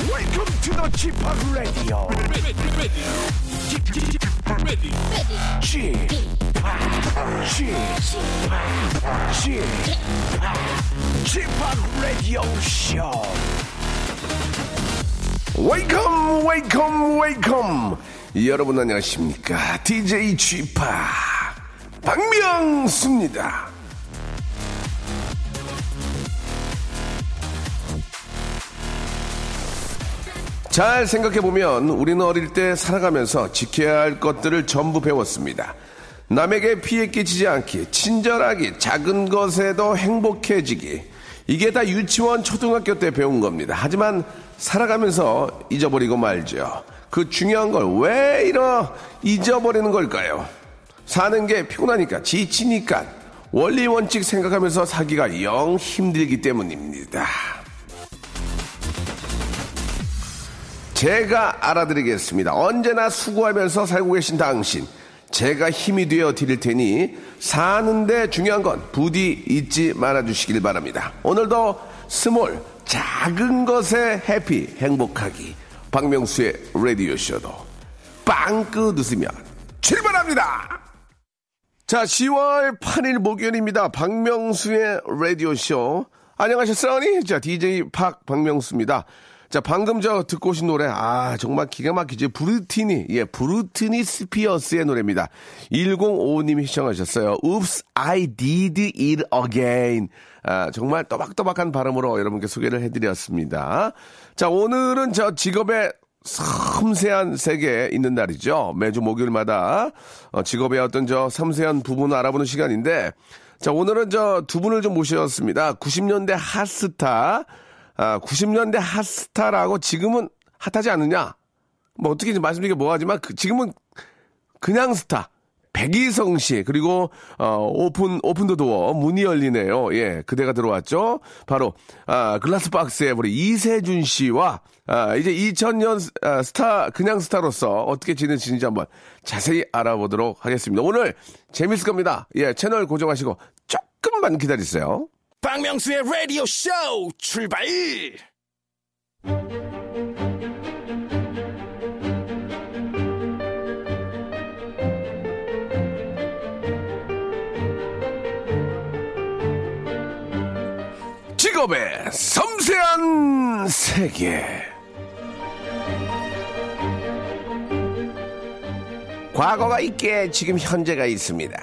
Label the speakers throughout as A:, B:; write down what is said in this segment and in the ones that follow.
A: to the g p o p Radio.
B: ready, ready, ready,
A: g p o p g p o p Radio Show. Welcome, welcome, welcome. 여러분 안녕하십니까? DJ g p o p 박명수입니다. 잘 생각해보면 우리는 어릴 때 살아가면서 지켜야 할 것들을 전부 배웠습니다. 남에게 피해 끼치지 않기, 친절하기, 작은 것에도 행복해지기. 이게 다 유치원, 초등학교 때 배운 겁니다. 하지만 살아가면서 잊어버리고 말죠. 그 중요한 걸 왜 이러 잊어버리는 걸까요? 사는 게 피곤하니까, 지치니까, 원리 원칙 생각하면서 사기가 영 힘들기 때문입니다. 제가 알아드리겠습니다. 언제나 수고하면서 살고 계신 당신. 제가 힘이 되어 드릴 테니 사는데 중요한 건 부디 잊지 말아 주시길 바랍니다. 오늘도 스몰, 작은 것에 해피, 행복하기. 박명수의 라디오쇼도 빵긋 웃으며 출발합니다! 자, 10월 8일 목요일입니다. 박명수의 라디오쇼. 안녕하셨어니? 자, DJ 박 박명수입니다. 자, 방금 저 듣고 오신 노래, 아, 정말 기가 막히죠. 브루티니, 예, 브루티니 스피어스의 노래입니다. 1055님이 시청하셨어요. Oops, I did it again. 아, 정말 또박또박한 발음으로 여러분께 소개를 해드렸습니다. 자, 오늘은 저 직업의 섬세한 세계에 있는 날이죠. 매주 목요일마다 어, 직업의 어떤 저 섬세한 부분을 알아보는 시간인데, 자, 오늘은 저 두 분을 좀 모셨습니다. 90년대 핫스타, 아, 90년대 핫스타라고 지금은 핫하지 않느냐? 뭐 어떻게 이제 말씀드리기 뭐하지만 그- 지금은 그냥 스타. 백이성 씨 그리고 어, 오픈 오픈더 도어 문이 열리네요. 예, 그대가 들어왔죠. 바로 아, 글라스 박스의 우리 이세준 씨와 아, 이제 2000년 아, 스타 그냥 스타로서 어떻게 지내시는지 한번 자세히 알아보도록 하겠습니다. 오늘 재밌을 겁니다. 예, 채널 고정하시고 조금만 기다리세요.
B: 박명수의 라디오 쇼 출발!
A: 직업의 섬세한 세계. 과거가 있기에 지금 현재가 있습니다.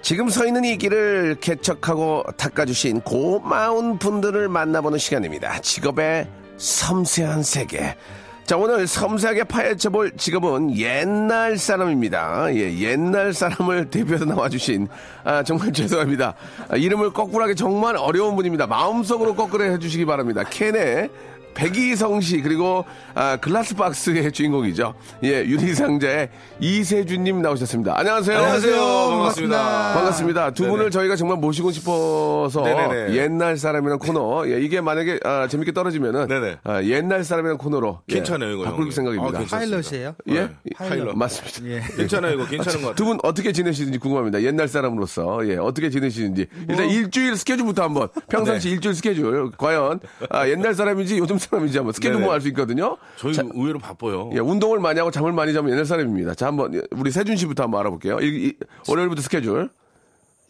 A: 지금 서 있는 이 길을 개척하고 닦아주신 고마운 분들을 만나보는 시간입니다. 직업의 섬세한 세계. 자, 오늘 섬세하게 파헤쳐볼 직업은 옛날 사람입니다. 예, 옛날 사람을 대표해서 나와주신, 아, 정말 죄송합니다. 아, 이름을 거꾸로 하기 정말 어려운 분입니다. 마음속으로 거꾸로 해주시기 바랍니다. 캔의 백이성 씨, 그리고, 아, 글라스박스의 주인공이죠. 예, 유리상자의 이세준님 나오셨습니다. 안녕하세요.
C: 안녕하세요.
D: 반갑습니다.
A: 반갑습니다. 두 분을 저희가 정말 모시고 싶어서
C: 네네네.
A: 옛날 사람이라는 코너 예, 이게 만약에 아, 재밌게 떨어지면은
C: 네네.
A: 아, 옛날 사람이라는 코너로 예,
C: 괜찮아요, 네. 이거
A: 바꿀
C: 형님.
A: 생각입니다.
C: 아, 괜찮-
D: 파일럿이에요?
A: 예,
C: 파일럿.
A: 맞습니다.
D: 예.
C: 괜찮아요, 이거 괜찮은 것 같아요.
A: 두 분 어떻게 지내시는지 궁금합니다. 옛날 사람으로서 예, 어떻게 지내시는지
C: 뭐.
A: 일단 일주일 스케줄부터 한번
C: 네.
A: 평상시 일주일 스케줄 과연 아, 옛날 사람인지 요즘 사람인지 한번 스케줄
C: 네네.
A: 모알 수 있거든요.
C: 저희 의외로 바빠요.
A: 예, 운동을 많이 하고 잠을 많이 자면 옛날 사람입니다. 자 한번 예, 우리 세준 씨부터 한번 알아볼게요. 일- 이- 월요일부터 스케줄.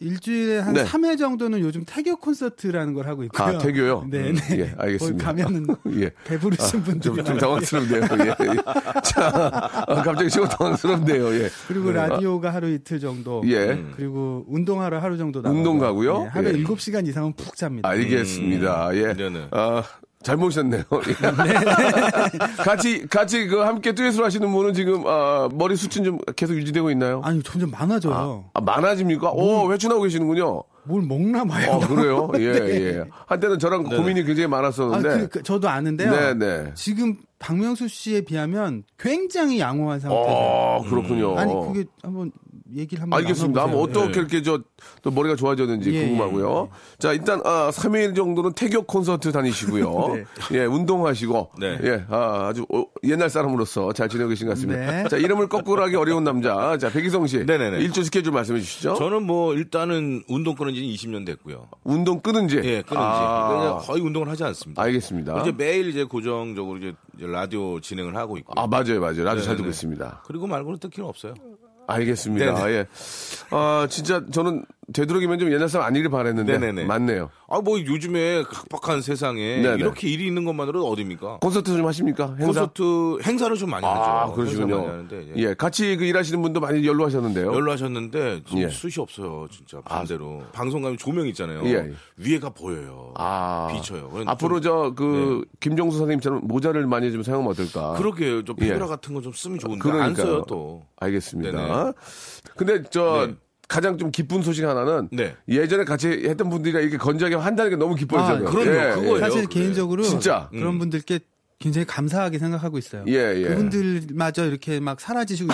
D: 일주일에 한
A: 네.
D: 3회 정도는 요즘 태교 콘서트라는 걸 하고 있고요.
A: 아, 태교요?
D: 네,
A: 음,
D: 네.
A: 예, 알겠습니다.
D: 거기 가면은
A: 예.
D: 배부르신 분들이
A: 좀, 좀
D: 많아요.
A: 당황스럽네요. 예, 예. 자, 아, 갑자기 시고 당황스럽네요. 예.
D: 그리고 라디오가 하루 이틀 정도.
A: 예.
D: 음. 그리고 운동하러 하루 정도 나가고.
A: 운동 가고요?
D: 예, 하루
A: 예.
D: 7시간 이상은 푹 잡니다.
A: 알겠습니다. 예.
C: 음, 네네.
A: 아, 잘 모셨네요. 예. 같이, 같이 그 함께 듀엣을 하시는 분은 지금, 아, 머리 숱은 좀 계속 유지되고 있나요?
D: 아니, 점점 많아져요. 음.
A: 아, 많아집니까? 오, 외출하고 계시는군요.
D: 뭘 먹나 봐요.
A: 어, 그래요? 예,
D: 네.
A: 예. 한때는 저랑 고민이 굉장히
D: 아,
A: 많았었는데.
D: 그, 그, 저도 아는데요.
A: 네, 네.
D: 지금 박명수 씨에 비하면 굉장히 양호한 상태예요.
A: 어, 그렇군요.
D: 아니, 그게 한번 얘기를 한번
A: 알겠습니다. 한번
D: 나눠보세요.
A: 어떻게 이렇게 저 또 머리가 좋아졌는지
D: 예,
A: 궁금하고요. 자 일단 아, 3일 정도는 태교 콘서트 다니시고요.
D: 네.
A: 예 운동하시고
C: 네.
A: 예 아, 주 옛날 사람으로서 잘 지내고 계신 것 같습니다.
D: 네.
A: 자 이름을 거꾸로 하기 어려운 남자 자 백희성 씨
C: 네네네.
A: 일조 스케줄 말씀해 주시죠.
C: 저는 뭐 일단은 운동 끊은 지는 20년 됐고요.
A: 운동 끊은지
C: 예, 끊은 지
A: 아,
C: 그러니까 거의 운동을 하지 않습니다.
A: 알겠습니다.
C: 이제 매일 이제 고정적으로 이제 이제 라디오 진행을 하고 있고.
A: 아 맞아요 맞아요 라디오 잘
C: 네네네.
A: 듣고 있습니다.
C: 그리고 말고는 특히는 없어요.
A: 알겠습니다.
C: 네네.
A: 예. 아 진짜 저는 되도록이면 좀 옛날 사람 아니길 바랬는데
C: 네네네.
A: 맞네요.
C: 아 뭐 요즘에 각박한 세상에
A: 네네.
C: 이렇게 일이 있는 것만으로 어딥니까?
A: 콘서트 좀 하십니까? 행사?
C: 콘서트 행사를 좀 많이
A: 아,
C: 하죠. 행사
A: 그러시군요.
C: 그렇죠. 많이 하는데, 예.
A: 예. 같이 그 일하시는 분도 많이 연로하셨는데요.
C: 연락하셨는데 지금
A: 예.
C: 숱이 없어요 진짜 반대로 방송 가면 조명 있잖아요
A: 예.
C: 위에가 보여요
A: 아.
C: 비쳐요 네. 그러니까
A: 앞으로 저 그 김종수 선생님처럼 모자를 많이 좀 사용하면 어떨까?
C: 그렇게 좀 피부라
A: 예.
C: 같은 거 좀 쓰면 좋은데 안
A: 그러니까요.
C: 써요 또
A: 알겠습니다.
C: 네네.
A: 근데 저
C: 네.
A: 가장 좀 기쁜 소식 하나는
C: 네.
A: 예전에 같이 했던 분들이랑 이렇게 건조하게 한다는 게 너무 기뻐요.
D: 아,
C: 그럼요. 그거예요. 음.
D: 사실
C: 그게.
D: 개인적으로
A: 진짜.
D: 그런 분들께 굉장히 감사하게 생각하고 있어요.
A: 예, 예.
D: 그분들마저 이렇게 막 사라지시고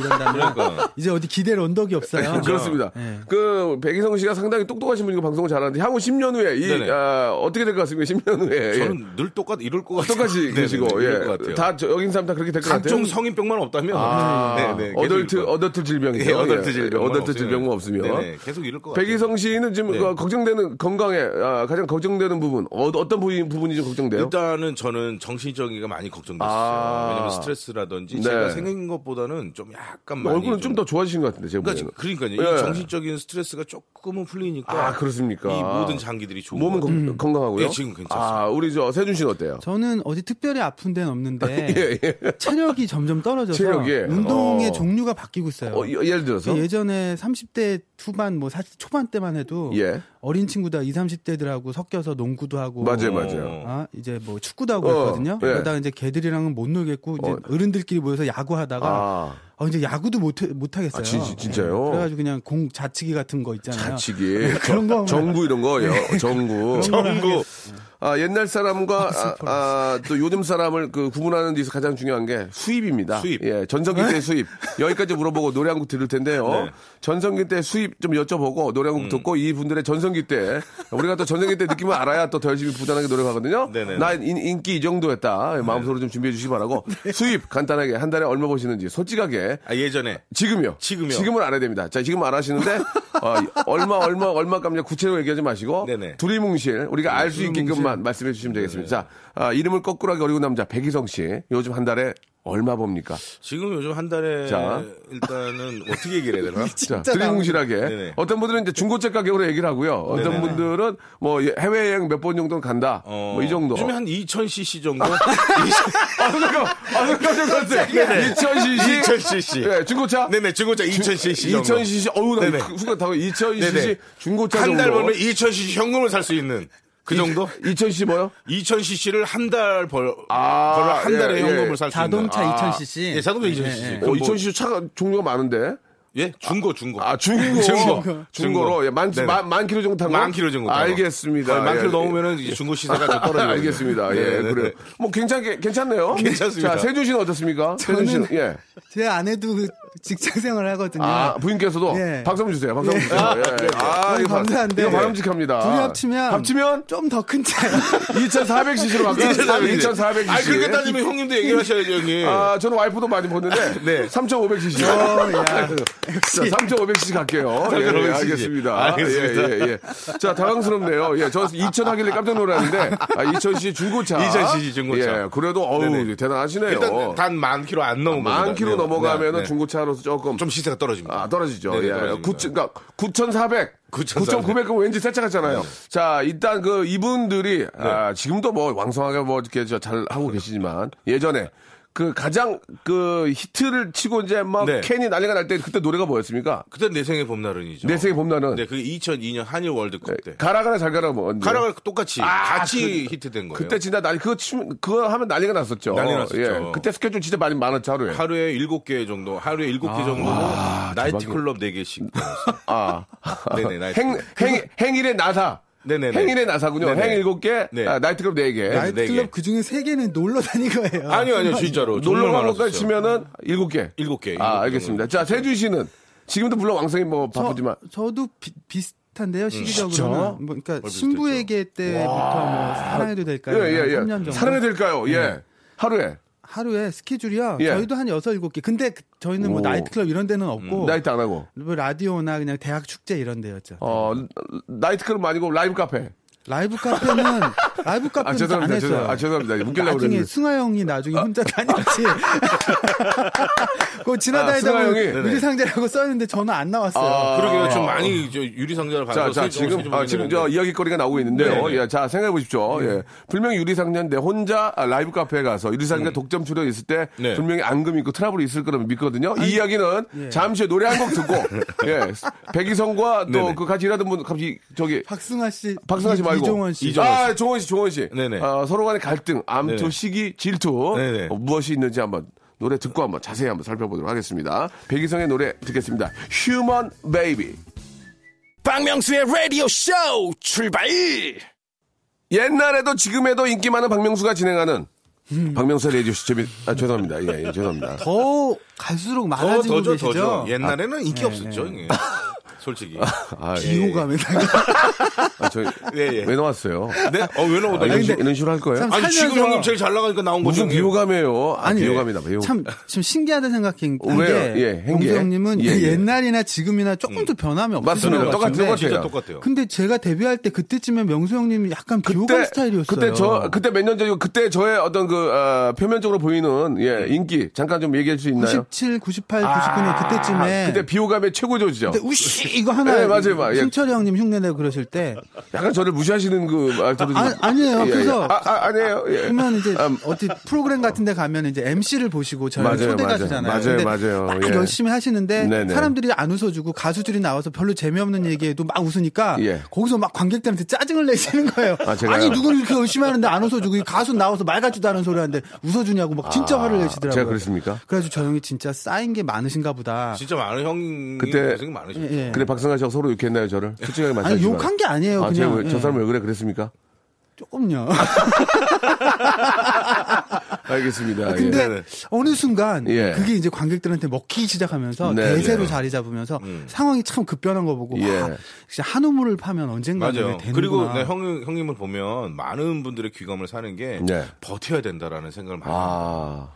D: 이런다면
C: 그러니까.
D: 이제 어디 기댈 언덕이 없어요.
A: 그렇습니다.
D: 예.
A: 그 백이성 씨가 상당히 똑똑하신 분이고 방송을 잘하는데 향후 10년 후에 이
C: 네네.
A: 아, 어떻게 될 것 같습니까? 10년 후에 예.
C: 저는 늘 똑같 이럴 것 같아요
A: 똑같이
C: 네네네,
A: 계시고
C: 이럴 것
A: 예.
C: 같아요.
A: 다 저- 여긴 사람 다 그렇게 될 것 같아요.
C: 각종 성인병만 없다면
A: 아,
C: 네네, 계속
A: 어덜트
C: 이럴 것
A: 어덜트 질병이죠.
C: 같아요. 예, 어덜트
A: 예,
C: 질병
A: 어덜트 질병만 없으면
C: 네, 계속 이럴 것 같아요
A: 백이성 씨는 지금
C: 네.
A: 그 걱정되는 건강에 아, 가장 걱정되는 부분 어, 떤 부분, 부분이 좀 걱정돼요?
C: 일단은 저는 정신적인게 많이 걱정됐어요.
A: 아.
C: 왜냐면 스트레스라든지
A: 네.
C: 제가 생긴 것보다는 좀 약간 많이
A: 얼굴은 좀 더 좋아지신 것 같은데 제
C: 그러니까,
A: 보기에는.
C: 그러니까요.
A: 예.
C: 이 정신적인 스트레스가 조금은 풀리니까.
A: 아 그렇습니까?
C: 이 모든 장기들이 좋은
A: 몸은
C: 것
A: 건- 건강하고요.
C: 예, 지금 괜찮습니다.
A: 아 우리 저 세준 씨는 어때요?
D: 저는 어디 특별히 아픈 데는 없는데
A: 예, 예.
D: 체력이 점점 떨어져서
A: 체력이.
D: 운동의
A: 어.
D: 종류가 바뀌고 있어요. 그
A: 어, 예- 예를 들어서
D: 예전에 30대 후반 뭐 사실 초반 때만 해도
A: 예.
D: 어린 친구들 20, 30대들하고 섞여서 농구도 하고
A: 맞아요
C: 어.
A: 맞아요.
D: 아, 이제 뭐 축구도 하고
A: 어,
D: 했거든요.
A: 예.
D: 그러다가 이제 걔들이랑은 못 놀겠고 이제
A: 어.
D: 어른들끼리 모여서 야구하다가
A: 아.
D: 어, 이제 야구도 못, 해- 못 하겠어요.
A: 아, 진- 진- 진짜요?
D: 예. 그래가지고 그냥 공 자치기 같은 거 있잖아요.
A: 자치기
D: 네, 그런 거 네.
A: 정구 이런 거요 정구
D: 그런 거는
A: 아 옛날 사람과 아, 아, 또 요즘 사람을 그 구분하는 데서 가장 중요한 게 수입입니다
C: 수입.
A: 예 전성기 때 수입 여기까지 물어보고 노래 한 곡 들을 텐데요
C: 네. 음.
A: 전성기 때 수입 좀 여쭤보고 노래 한 곡 듣고 이 분들의 전성기 때 우리가 또 전성기 때 느낌을 알아야 또 더 열심히 부단하게 노력하거든요
C: 네네네. 네.
A: 나 인, 인기 이 정도였다 마음속으로 좀 준비해 주시기 바라고 수입 간단하게 한 달에 얼마 버시는지 솔직하게
C: 아, 예전에.
A: 지금요.
C: 지금요.
A: 은 알아야 됩니다. 자, 지금 안 하시는데 어, 얼마 얼마 얼마 값냐 구체적으로 얘기하지 마시고
C: 네네.
A: 두리뭉실 우리가 알 수
D: 두리뭉실.
A: 있게끔만 말씀해 주시면 되겠습니다. 자, 아, 이름을 거꾸로 하기 어려운 남자 백희성 씨. 요즘 한 달에 얼마 봅니까?
C: 지금 요즘 한 달에
A: 자.
C: 일단은 어떻게 얘기를 해야 되나?
A: 자,
D: 진짜
A: 두리뭉실하게.
C: 네네.
A: 어떤 분들은 이제 중고차 가격으로 얘기를 하고요. 어떤
C: 네네.
A: 분들은 뭐 예, 해외여행 몇 번 정도는 간다.
C: 어,
A: 뭐 이 정도.
C: 요즘에 한 2000cc 정도?
A: 아, 잠깐만. 아, 잠깐만. 잠깐만. 2000cc.
C: 2000cc.
A: 예, 중고차?
C: 네네, 중고차 2000cc 정도.
A: 2000cc, 어우, 나
C: 네네.
A: 순간 다고 2000cc
C: 네네.
A: 중고차
C: 한
A: 정도.
C: 달 벌면 2000cc 현금을 살 수 있는 그 정도?
A: 2000cc 뭐요?
C: 2000cc를 한 달 벌,
A: 아,
C: 벌어 한
A: 예,
C: 달에
A: 예.
C: 현금을 살 수 있는.
D: 자동차
C: 아.
D: 2000cc.
C: 예, 자동차 2000cc.
D: 예, 예.
A: 어,
C: 그럼 뭐-
A: 2000cc 차가 종류가 많은데.
C: 예? 중고, 중고.
A: 아, 중고.
C: 중고.
A: 중고로. 예, 만,
C: 네네.
A: 만, 만 킬로 정도 탄 거.
C: 만 킬로 정도. 타고.
A: 알겠습니다.
C: 거의 만
A: 예.
C: 킬로 넘으면은 이제 중고 시세가 좀 떨어지거든요.
A: 알겠습니다. 예,
C: 네네네.
A: 그래요. 뭐, 괜찮게, 괜찮네요. 자,
C: 괜찮습니다.
A: 세준 씨는 어떻습니까? 세준 씨는, 예.
D: 제 아내도 그 직장 생활을 하거든요.
A: 아, 부인께서도
D: 예.
A: 박수 한번 주세요. 박수 한번 주세요. 예. 아,
D: 너무
A: 이거 바-
D: 감사한데.
A: 이거 바람직합니다.
D: 둘이 합치면
A: 합치면
D: 좀 더 큰 차.
A: 2400cc로 갈까요? 2400cc.
C: 아, 그렇게 따지면 형님도 얘기하셔야죠, 형님.
A: 아, 저는 와이프도 많이 보는데
C: 예. 네.
A: 3,500cc.
D: 어, 야.
A: 자, 3,500cc 갈게요. 예, 예,
C: 3,500cc.
A: 알겠습니다.
C: 알겠습니다.
A: 예, 예, 예. 자, 당황스럽네요. 예, 저 2,000 하길래 깜짝 놀랐는데 아, 2,000cc 중고차.
C: 2000cc 중고차.
A: 예, 그래도 어우
C: 네네.
A: 대단하시네요.
C: 일단 네. 단 만 킬로 안 넘어.
A: 만 킬로 넘어가면 은 중고차로서 조금
C: 좀 시세가 떨어집니다.
A: 아, 떨어지죠.
C: 네네,
A: 예.
C: 떨어집니다.
A: 9, 그러니까 9,400.
C: 9,400.
A: 9,900은 왠지 세차 같잖아요.
C: 네.
A: 자, 일단 그 이분들이 아, 지금도 뭐 왕성하게 뭐 이렇게 저 잘 하고 계시지만 예전에 그 가장 그 히트를 치고 이제 막
C: 네.
A: 캔이 난리가 날 때 그때 노래가 뭐였습니까?
C: 그때 내 생의 봄날은이죠.
A: 내 네. 생의 봄날은
C: 네, 그게 2002년 한일 월드컵 때.
A: 가라 가라 잘 가라 뭐 언제?
C: 가라가 똑같이
A: 아,
C: 같이
A: 그-
C: 히트된 거예요.
A: 그때 진짜 난리 그거 치면 그거 하면 난리가 났었죠.
C: 난리 났었죠.
A: 예. 그때 스케줄 진짜 많이 많았죠 하루에.
C: 하루에 일곱 개 정도, 하루에 일곱 개 정도 나이트 클럽 네 개씩.
A: 아.
C: 네네 나이트.
A: 행, 행, 행일의 나사.
C: 네네네.
A: 행일의 나사군요.
C: 네네.
A: 행 7개,
C: 네.
A: 아, 나이트클럽 4개.
D: 나이트클럽
A: 네.
C: 개.
D: 그 중에 세 개는 놀러 다닌 거예요. 그러니까
C: 아니요 아니요 진짜로
A: 놀러
C: 정말
A: 간 것까지
C: 많았었어요.
A: 치면은 7개.
C: 일곱 개. 일곱
A: 아,
C: 개
A: 알겠습니다. 자, 세준 씨는 지금도 물론 왕성이 뭐
D: 저-
A: 바쁘지만 음.
D: 저도 비, 비슷한데요
A: 진짜?
D: 시기적으로는 뭐 그러니까
C: 비슷했죠?
D: 신부에게 때부터 뭐 사랑해도 될까요?
A: 예예예
D: 3년 정도 네.
A: 사랑해 될까요? 예 하루에
D: 하루에 스케줄이요.
A: 예.
D: 저희도 한 여섯 일곱 개. 근데 그- 저희는 뭐
A: 오. 음.
D: 나이트클럽 이런 데는 없고
A: 나이트 안 하고
D: 뭐 라디오나 그냥 대학 축제 이런 데였죠.
A: 어 나이트클럽 아니고 라이브 카페.
D: 라이브 카페는 라이브
A: 아
D: 카페는 안
A: 죄송합니다.
D: 했어요.
A: 죄송합니다. 아 죄송합니다. 웃기려고
D: 나중에
A: 그랬는데.
D: 승하 형이 나중에 혼자 다녔지. 그거
A: 아, 승하
D: 지나다니다
A: 형이?
D: 보면
A: 네네. 아.
D: 유리상자라고 써있는데 저는 안 나왔어요.
C: 그러게요. 좀 많이 저 유리상자를
A: 자,
C: 받아서
A: 자, 지금, 아, 지금 저 이야기거리가 나오고 있는데요.
C: 네, 네.
A: 예, 자, 생각해 보십시오. 예. 분명히 유리상자인데 혼자 아, 라이브 카페에 가서 유리상자 독점 출연 있을 때
C: 음. 네.
A: 분명히 앙금이 있고 트러블이 있을 거라고 믿거든요. 이 이야기는 잠시 후에 노래 한 곡 듣고, 예. 백이성과 또
C: 네네.
A: 그 같이 일하던 분 갑자기 저기
D: 박승하 씨,
A: 박승하 씨
D: 이-
A: 말고.
D: 이종원 씨.
C: 이종원
A: 아, 종원 씨, 종원 씨.
C: 네네.
A: 어, 서로 간의 갈등, 암투,
C: 네네.
A: 시기, 질투.
C: 네네.
A: 어, 무엇이 있는지 한번 노래 듣고 한번 자세히 한번 살펴보도록 하겠습니다. 백이성의 노래 듣겠습니다. 휴먼 베이비.
B: 박명수의 라디오 쇼 출발
A: 옛날에도 지금에도 인기 많은 박명수가 진행하는 박명수 레디오 씨 재미 아 죄송합니다 예, 예 죄송합니다
D: 더 갈수록
C: 더
D: 많아지고
C: 더죠
D: 계시죠?
C: 더죠.
A: 예.
C: 옛날에는 인기
D: 네,
C: 없었죠. 이게. 솔직히.
A: 아, 예.
D: 비호감 맨날.
A: 아, 저왜
C: 예, 예.
A: 나왔어요
C: 네? 어, 왜 나오다.
A: 아, 이런,
C: 아니,
A: 식, 이런 식으로 할 거예요
D: 참-
C: 아니 지금
D: 살면서-
C: 형님 제일 잘 나가니까 나온 거죠.
A: 무슨
C: 형님.
A: 비호감이에요 아
D: 아니,
A: 비호감이다 비호감
D: 참, 참 신기하다 생각한
A: 왜요? 예,
D: 게,
A: 행기해.
D: 공수 형님은
A: 예, 예.
D: 옛날이나 지금이나 조금 더 변함이 없으신
A: 맞습니다.
D: 것
A: 똑같은
D: 같은데.
A: 것 같아요.
C: 진짜 똑같아요.
D: 근데 제가 데뷔할 때 그때쯤에 명수 형님이 약간 비호감 스타일이었어요.
A: 그때 저 그때 몇 년 전이고 그때 저의 어떤 그 아, 표면적으로 보이는 예 인기 잠깐 좀 얘기해 줄 수 있나요
D: 97, 98, 99년 그때쯤에
A: 네. 아, 그때 비호감의 최고조죠
D: 그때 우씨 이거 하나
A: 네, 맞아요, 맞아요.
D: 승철이 형님 흉내내고 그러실 때
A: 약간 저를 무시하시는 그 말투로 좀-
D: 아, 아니에요.
A: 예, 예.
D: 그래서-
A: 아, 아, 아니에요 예.
D: 그러면 이제
A: 아,
D: 어디 프로그램 같은 데 가면 이제 MC를 보시고 저희
A: 맞아요,
D: 초대
A: 맞아요.
D: 가수잖아요.
A: 맞아요,
D: 근데
A: 맞아요.
D: 막
A: 예.
D: 열심히 하시는데
A: 네네.
D: 사람들이 안 웃어주고 가수들이 나와서 별로 재미없는 얘기에도 막 웃으니까
A: 예.
D: 거기서 막 관객들한테 짜증을 내시는 거예요.
A: 아,
D: 아,
A: 제가요?
D: 니 누구를 이렇게 열심히 하는데 안 웃어주고 이 가수 나와서 말 같지도 않은 소리 하는데 웃어주냐고 막 진짜
A: 아,
D: 화를 내시더라고요.
A: 제가 그랬습니까?
D: 그래가지고 저 형이 진짜 쌓인 게 많으신가 보다.
C: 진짜 많은 형
A: 그때-
C: 그때 고생 많으셨죠.
D: 예.
A: 근데 박승아 씨가 서로 욕했나요 저를 솔직하게 말씀해
D: 아니
A: 주세요
D: 욕한 게 아니에요.
A: 아, 제가
D: 그냥
A: 왜, 저
D: 예.
A: 사람 왜 그래 그랬습니까?
D: 조금요.
A: 알겠습니다.
D: 아, 근데
A: 예.
C: 네.
D: 어느 순간
A: 예.
D: 그게 이제 관객들한테 먹히기 시작하면서
A: 네,
D: 대세로
A: 네.
D: 자리 잡으면서 상황이 참 급변한 거 보고
A: 예.
D: 와 진짜 한우물을 파면 언젠가
C: 맞아요.
D: 예, 되는 구나
C: 그리고 네, 형 형님을 보면 많은 분들의 귀감을 사는 게
A: 네.
C: 버텨야 된다라는 생각을 많이. 해요.
A: 아,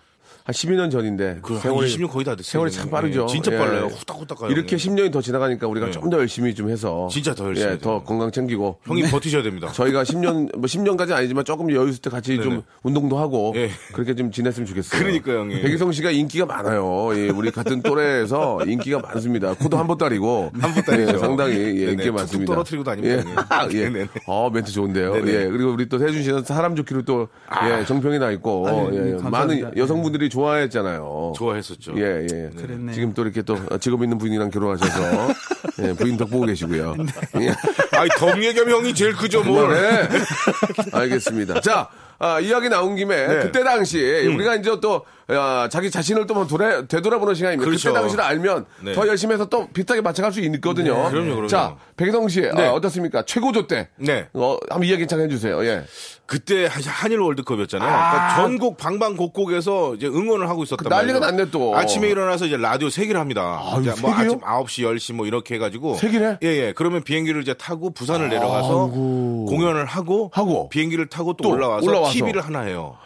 A: 한 12년 전인데
C: 그
A: 세월이
C: 20년 거의 다 됐어요.
A: 세월이 참 빠르죠.
C: 예, 진짜
A: 예.
C: 빨라요. 후딱후딱 가요. 예.
A: 이렇게 10년이 더 지나가니까 우리가
C: 네.
A: 좀 더 열심히 좀 해서
C: 진짜 더 열심히
A: 예, 더
C: 해야 돼요.
A: 건강 챙기고
C: 형님 버티셔야 됩니다.
A: 저희가 10년 뭐 10년까지 아니지만 조금 여유 있을 때 같이 좀
C: 네네.
A: 운동도 하고
C: 예.
A: 그렇게 좀 지냈으면 좋겠어요.
C: 그러니까요, 형님.
A: 백희성 씨가 인기가 많아요. 예, 우리 같은 또래에서 인기가 많습니다. 코도 한 보따리고 한
C: 보따리죠.
A: 상당히 예,
C: 네네,
A: 인기
C: 툭툭
A: 많습니다.
C: 떨어뜨리고 다닙니다, 형님.
A: 예.
C: 네네.
A: 어 멘트 좋은데요.
C: 네네. 아.
A: 예. 그리고 우리 또 세준 씨는 사람 좋기로 또 예, 정평이 나 있고
D: 아유,
A: 예,
D: 감사합니다.
A: 많은 여성분들이 좋아했잖아요.
C: 네, 좋아했었죠.
A: 예, 예.
D: 그랬네요.
A: 지금 또 이렇게 또 직업 있는 부인이랑 결혼하셔서 예, 부인 덕보고 계시고요.
C: 네.
A: 예.
C: 아이 덤 얘기하면 형이 제일 크죠 뭘.
A: 뭐래? 알겠습니다. 자, 아, 이야기 나온 김에
C: 네.
A: 그때 당시
C: 음.
A: 우리가 이제 또 야, 자기 자신을 또 한번 돌아, 되돌아보는 시간입니다.
C: 그렇죠.
A: 그때 당시를 알면
C: 네.
A: 더 열심히 해서 또 비슷하게 맞춰갈 수 있거든요.
C: 그럼요, 그럼요.
A: 자, 백희성 씨 아, 어떻습니까? 최고조 때.
C: 네.
A: 어, 한번 이야기 잠깐 해주세요. 예.
C: 그때 한- 한일 월드컵이었잖아요. 그러니까 전국 방방곡곡에서 이제 응원을 하고 있었단
A: 그 난리가
C: 말이에요.
A: 났네, 또.
C: 아침에 일어나서 이제 라디오 세 개를 합니다.
A: 아유,
C: 이제 뭐
A: 세 개요?
C: 아침 9시, 10시 뭐 이렇게 해가지고
A: 세 개를 해? 아,
C: 예, 예. 그러면 비행기를 이제 타고 부산을 내려가서 공연을 하고
A: 하고.
C: 비행기를 타고 또,
A: 또
C: 올라와서,
A: 올라와서.
C: TV를 하나 해요.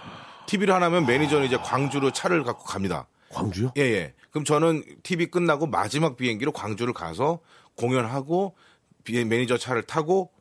C: TV를 하나 하면 매니저는 이제 광주로 차를 갖고 갑니다.
A: 광주요?
C: 예, 예. 그럼 저는 TV 끝나고 마지막 비행기로 광주를 가서 공연하고 비- 매니저 차를 타고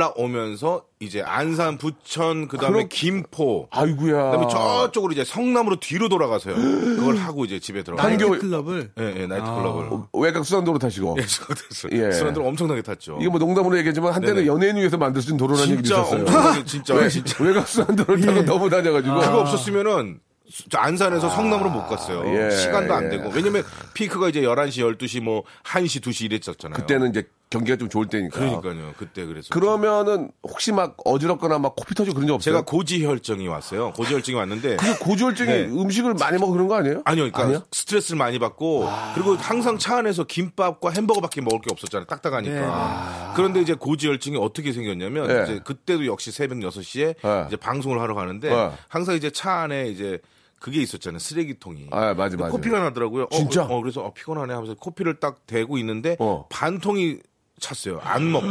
C: 올라오면서 이제 안산, 부천, 그다음에
A: 그럼-
C: 김포,
A: 아이고야.
C: 그다음에 네, 뭐 저쪽으로 이제 성남으로 뒤로 돌아가서요. 그걸 하고 이제 집에 들어가요.
A: 한겨울-
D: 네, 클럽을
C: 예, 예, 나이트클럽을.
A: 외곽 수단도로 타시고.
C: 예, 저거 됐어요.
A: 아. 예.
C: 사람들 엄청나게 탔죠.
A: 이거 뭐 농담으로 얘기하지만 한때는
C: 네네.
A: 연예인 위해서 만들어진 도로라는 얘기도
C: 진짜
A: 있었어요.
C: 엄청나게 진짜
A: 외-
C: 진짜 예. 아.
A: 외곽 수단도를 타고 너무 다녀가지고.
C: 그거 없었으면은 수- 저 안산에서 성남으로 못 갔어요.
A: 아. 예,
C: 시간도 안
A: 예.
C: 되고. 왜냐면 피크가 이제 11시, 12시 뭐 1시, 2시 이랬었잖아요.
A: 그때는 이제 경기가 좀 좋을 때니까.
C: 그러니까요. 그때 그래서
A: 그러면은 혹시 막 어지럽거나 막 코피 터지고 그런 적 없어요?
C: 제가 고지혈증이 왔어요. 고지혈증이 왔는데
A: 고지혈증이
C: 네.
A: 음식을 많이 먹어 그런 거 아니에요?
C: 아니요, 그러니까
A: 아니요? 아.
C: 스트레스를 많이 받고 그리고 항상 차 안에서 김밥과 햄버거밖에 먹을 게 없었잖아요. 딱딱하니까.
D: 네.
C: 그런데 이제 고지혈증이 어떻게 생겼냐면
A: 네.
C: 이제 그때도 역시 새벽 6시에
A: 네.
C: 이제 방송을 하러 가는데
A: 네.
C: 항상 이제 차 안에 이제 그게 있었잖아요. 쓰레기통이. 그러니까
A: 아, 맞아, 맞아.
C: 코피가 나더라고요. 어,
A: 진짜?
C: 어, 그래서 어, 피곤하네 하면서 코피를 딱 대고 있는데
A: 어.
C: 반통이 찼어요. 안 먹고.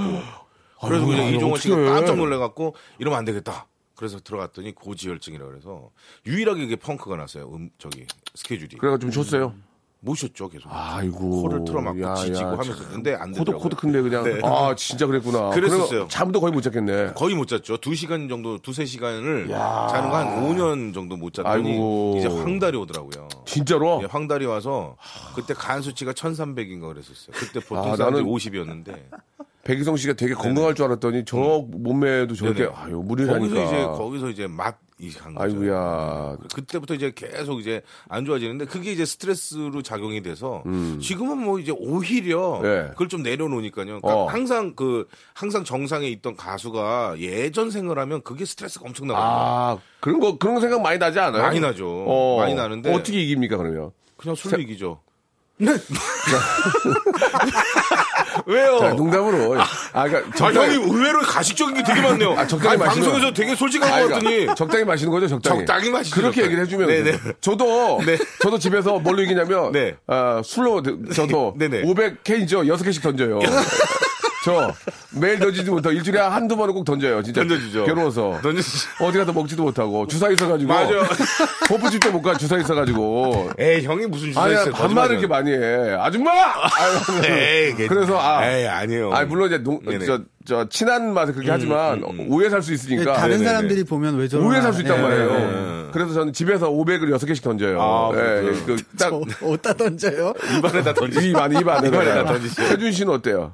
C: 그래서 그냥
A: 아이고,
C: 이종원 씨가
A: 어떡해.
C: 깜짝 놀래갖고 이러면 안 되겠다. 그래서 들어갔더니 고지혈증이라 그래서 유일하게 이게 펑크가 났어요. 음, 저기 스케줄이.
A: 그래가 좀 줬어요.
C: 모셨죠 계속.
A: 아이고.
C: 음. 코를 틀어막고
A: 야,
C: 지지고
A: 야,
C: 하면서 근데 안
A: 코도
C: 되더라고요. 네.
A: 코도 큰데 그냥 아 진짜 그랬구나.
C: 그랬었어요.
A: 그래서 잠도 거의 못 잤겠네.
C: 거의 못 잤죠. 두시간 정도, 두세 시간을 자는 거 한 5년 정도 못 잤더니
A: 아이고. 어.
C: 이제 황달이 오더라고요.
A: 진짜로?
C: 예, 황달이 와서 그때 간 수치가 1300인가 그랬었어요. 그때 보통
A: 아,
C: 사람들이
A: 나는-
C: 50이었는데
A: 백이성 씨가 되게 건강할 줄 알았더니 저 몸매도 저렇게
C: 네, 음. 네네.
A: 아유
C: 거기서 네. 이제
A: 무리라니까.
C: 거기서 이제 맛이 간 거죠.
A: 그 아이고야.
C: 그때부터 이제 계속 이제 안 좋아지는데 그게 이제 스트레스로 작용이 돼서 지금은 뭐 이제 오히려
A: 음. 예.
C: 그걸 좀 내려놓으니까요. 그러니까
A: 어.
C: 항상 그 항상 정상에 있던 가수가 예전 생을 하면 그게 스트레스가 엄청 나거든요.
A: 아 그런 거 그런 생각 많이 나지 않아요?
C: 많이 나죠.
A: 어.
C: 많이 나는데
A: 어떻게 이깁니까 그러면?
C: 그냥 술로 이기죠.
A: 네. 자, 농담으로. 아, 그러니까
C: 어. 아, 형이
A: 적당히,
C: 의외로 가식적인 게 되게 많네요.
A: 아, 적당히
C: 아니,
A: 마시면-
C: 방송에서 되게 솔직한
A: 아,
C: 것
A: 그러니까
C: 같더니
A: 적당히 마시는 거죠, 적당히.
C: 적당히 마시죠,
A: 그렇게
C: 적당히.
A: 얘기를 해주면.
C: 네네.
A: 돼요. 저도,
C: 네.
A: 저도 집에서 뭘로 이기냐면,
C: 네.
A: 아, 술로, 저도
C: 네네.
A: 500캔이죠, 6개씩 던져요. 저 매일 던지지 못하고 일주일에 한두 번은 꼭 던져요, 진짜.
C: 던져주죠.
A: 괴로워서.
C: 던져주죠.
A: 어디 가서 먹지도 못하고, 주사 있어가지고.
C: 맞아요.
A: 호프집도 못 가, 주사 있어가지고.
C: 에이 형이 무슨 주사
A: 아니,
C: 있어요?
A: 반말을 이렇게
C: 거짓말이야.
A: 많이 해. 아줌마! 아유,
C: 에이, 걔-
A: 그래서, 아.
C: 에이 아니에요.
A: 아니 물론 이제 농,
C: 네네. 음,
A: 저, 저 친한 맛에 그렇게 하지만 오해 살 수 있으니까
D: 다른
C: 네네네.
D: 사람들이 보면 왜 저러나.
A: 오해 살 수 있단
D: 예.
A: 말이에요.
C: 네네.
A: 그래서 저는 집에서 500을 6개씩 던져요.
C: 아,
A: 예,
C: 그렇구나.
A: 그, 딱,
D: 저 어디다 던져요?
C: 입안에다 던지.
A: 입 안에, 입 안에.
C: 입안에다 던지세요.
A: 준 씨는 어때요?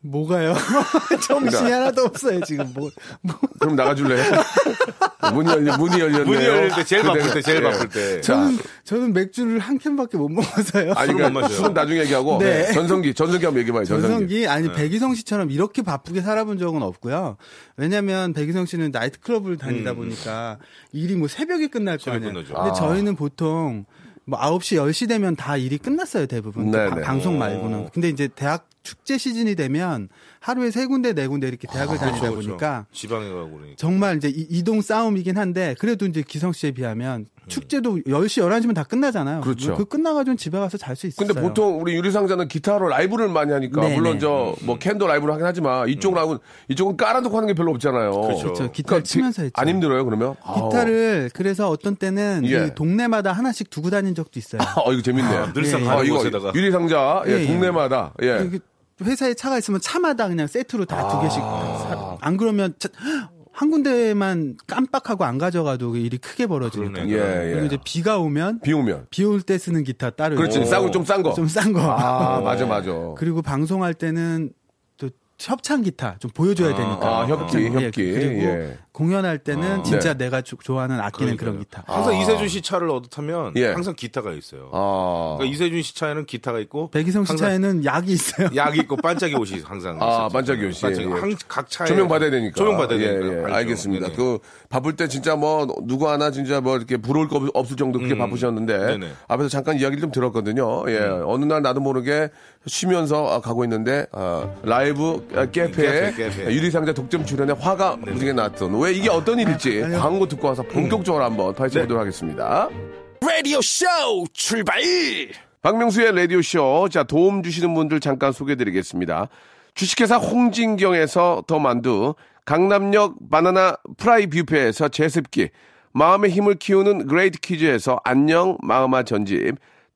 D: 뭐가요?
A: 그러니까.
D: 정신이 하나도 없어요, 지금. 뭐, 뭐.
A: 그럼 나가줄래요? 문이 열려, 문이 열렸네요.
C: 문이 열릴 때 제일
A: 그대로-
C: 바쁠 때 제일
A: 예.
C: 바쁠 때.
A: 자,
D: 저는 맥주를 한 캔밖에 못 먹어서요.
A: 아니,
C: 술은 못
A: 그러니까
C: 마셔요.
A: 술은 나중에 얘기하고
D: 네.
A: 전성기, 전성기 한번 얘기해봐요, 전성기.
D: 전성기 아니 백이성 씨처럼 이렇게 바쁘게 살아본 적은 없고요. 왜냐하면 백이성 씨는 나이트 클럽을 다니다 보니까 일이 뭐 새벽에 끝날 거
C: 새벽에
D: 아니에요.
C: 끝나죠.
D: 근데 저희는 보통 뭐 9시 10시 되면 다 일이 끝났어요, 대부분.
A: 네네.
D: 방- 방송 말고는. 근데 이제 대학 축제 시즌이 되면 하루에 세 군데 네 군데 이렇게 대학을
C: 아,
D: 다니다 보니까
C: 그렇죠, 지방에 가고 그러니까.
D: 정말 이제 이- 이동 싸움이긴 한데 그래도 이제 기성 씨에 비하면 축제도 10시 11시면 다 끝나잖아요.
A: 그렇죠.
D: 그 끝나가지고 집에 가서 잘 수 있어요.
A: 근데 보통 우리 유리상자는 기타로 라이브를 많이 하니까
D: 네,
A: 물론
D: 네.
A: 저 뭐 캔도 라이브를 하긴 하지만 이쪽 라이브 이쪽은 깔아놓고 하는 게 별로 없잖아요.
C: 음. 그렇죠.
D: 그렇죠.
A: 그러니까
D: 기타를 치면서 했죠.
A: 안 힘들어요 그러면?
D: 기타를 그래서 어떤 때는
A: 예.
D: 이 동네마다 하나씩 두고 다닌 적도 있어요.
A: 아우. 어 이거 재밌네. 요
C: 늘상
D: 예,
C: 가는
A: 이거
C: 곳에다가
A: 유리상자 예,
D: 예, 예.
A: 동네마다 예. 아.
D: 이렇게 그, 회사에 차가 있으면 차마다 그냥 세트로 다 두 개씩 사- 안 그러면 차- 한 군데만 깜빡하고 안 가져가도 그 일이 크게 벌어지니까.
C: 그러네.
A: 예,
D: 그리고
A: 예.
D: 이제 비가 오면
A: 비 오면
D: 비 올 때 쓰는 기타 따로
A: 그렇지
D: 있고.
A: 싸고 좀 싼 거.
D: 좀싼 거.
A: 아 맞아 맞아.
D: 그리고 방송할 때는 또 협찬 기타 좀 보여줘야 되니까.
A: 아, 협기,
D: 협찬.
A: 협기.
D: 그리고
A: 예. 아. 네.
D: 공연할 때는 진짜 내가 조- 좋아하는 아끼는 그런 기타.
C: 항상 이세준 씨 차를 얻어 타면
A: 예.
C: 항상 기타가 있어요.
A: 아,
C: 그러니까 이세준 씨 차에는 기타가 있고
D: 백이성 씨
C: 항상
D: 차에는 약이 있어요.
C: 약 있고 반짝이 옷이 항상
A: 아,
C: 있었죠.
A: 반짝이 옷이.
C: 반짝이.
A: 예.
C: 항- 각 차에
A: 조명 받아야 되니까.
C: 조명 받아야
A: 예,
C: 되니까.
A: 예.
C: 알죠.
A: 알겠습니다.
C: 네네.
A: 그 바쁠 때 진짜 뭐 누구 하나 진짜 뭐 이렇게 부러울 거 없- 없을 정도 그렇게 바쁘셨는데
C: 음. 네네. 음.
A: 앞에서 잠깐 이야기를 좀 들었거든요. 예. 어느 날 나도 모르게 쉬면서 아, 가고 있는데 아, 라이브
C: 깨페,
A: 깨페에
C: 깨페.
A: 유리상자 독점 출연에 화가 무지개 났던 왜 이게 어떤 일일지 광고 듣고 와서
C: 음.
A: 본격적으로 한번
C: 네.
A: 파헤쳐 보도록 하겠습니다.
B: 라디오 쇼 출발!
A: 박명수의 라디오쇼. 자, 도움 주시는 분들 잠깐 소개해 드리겠습니다. 주식회사 홍진경에서 더 만두, 강남역 바나나 프라이 뷔페에서 제습기, 마음의 힘을 키우는 그레이트 퀴즈에서 안녕 마음아 전집,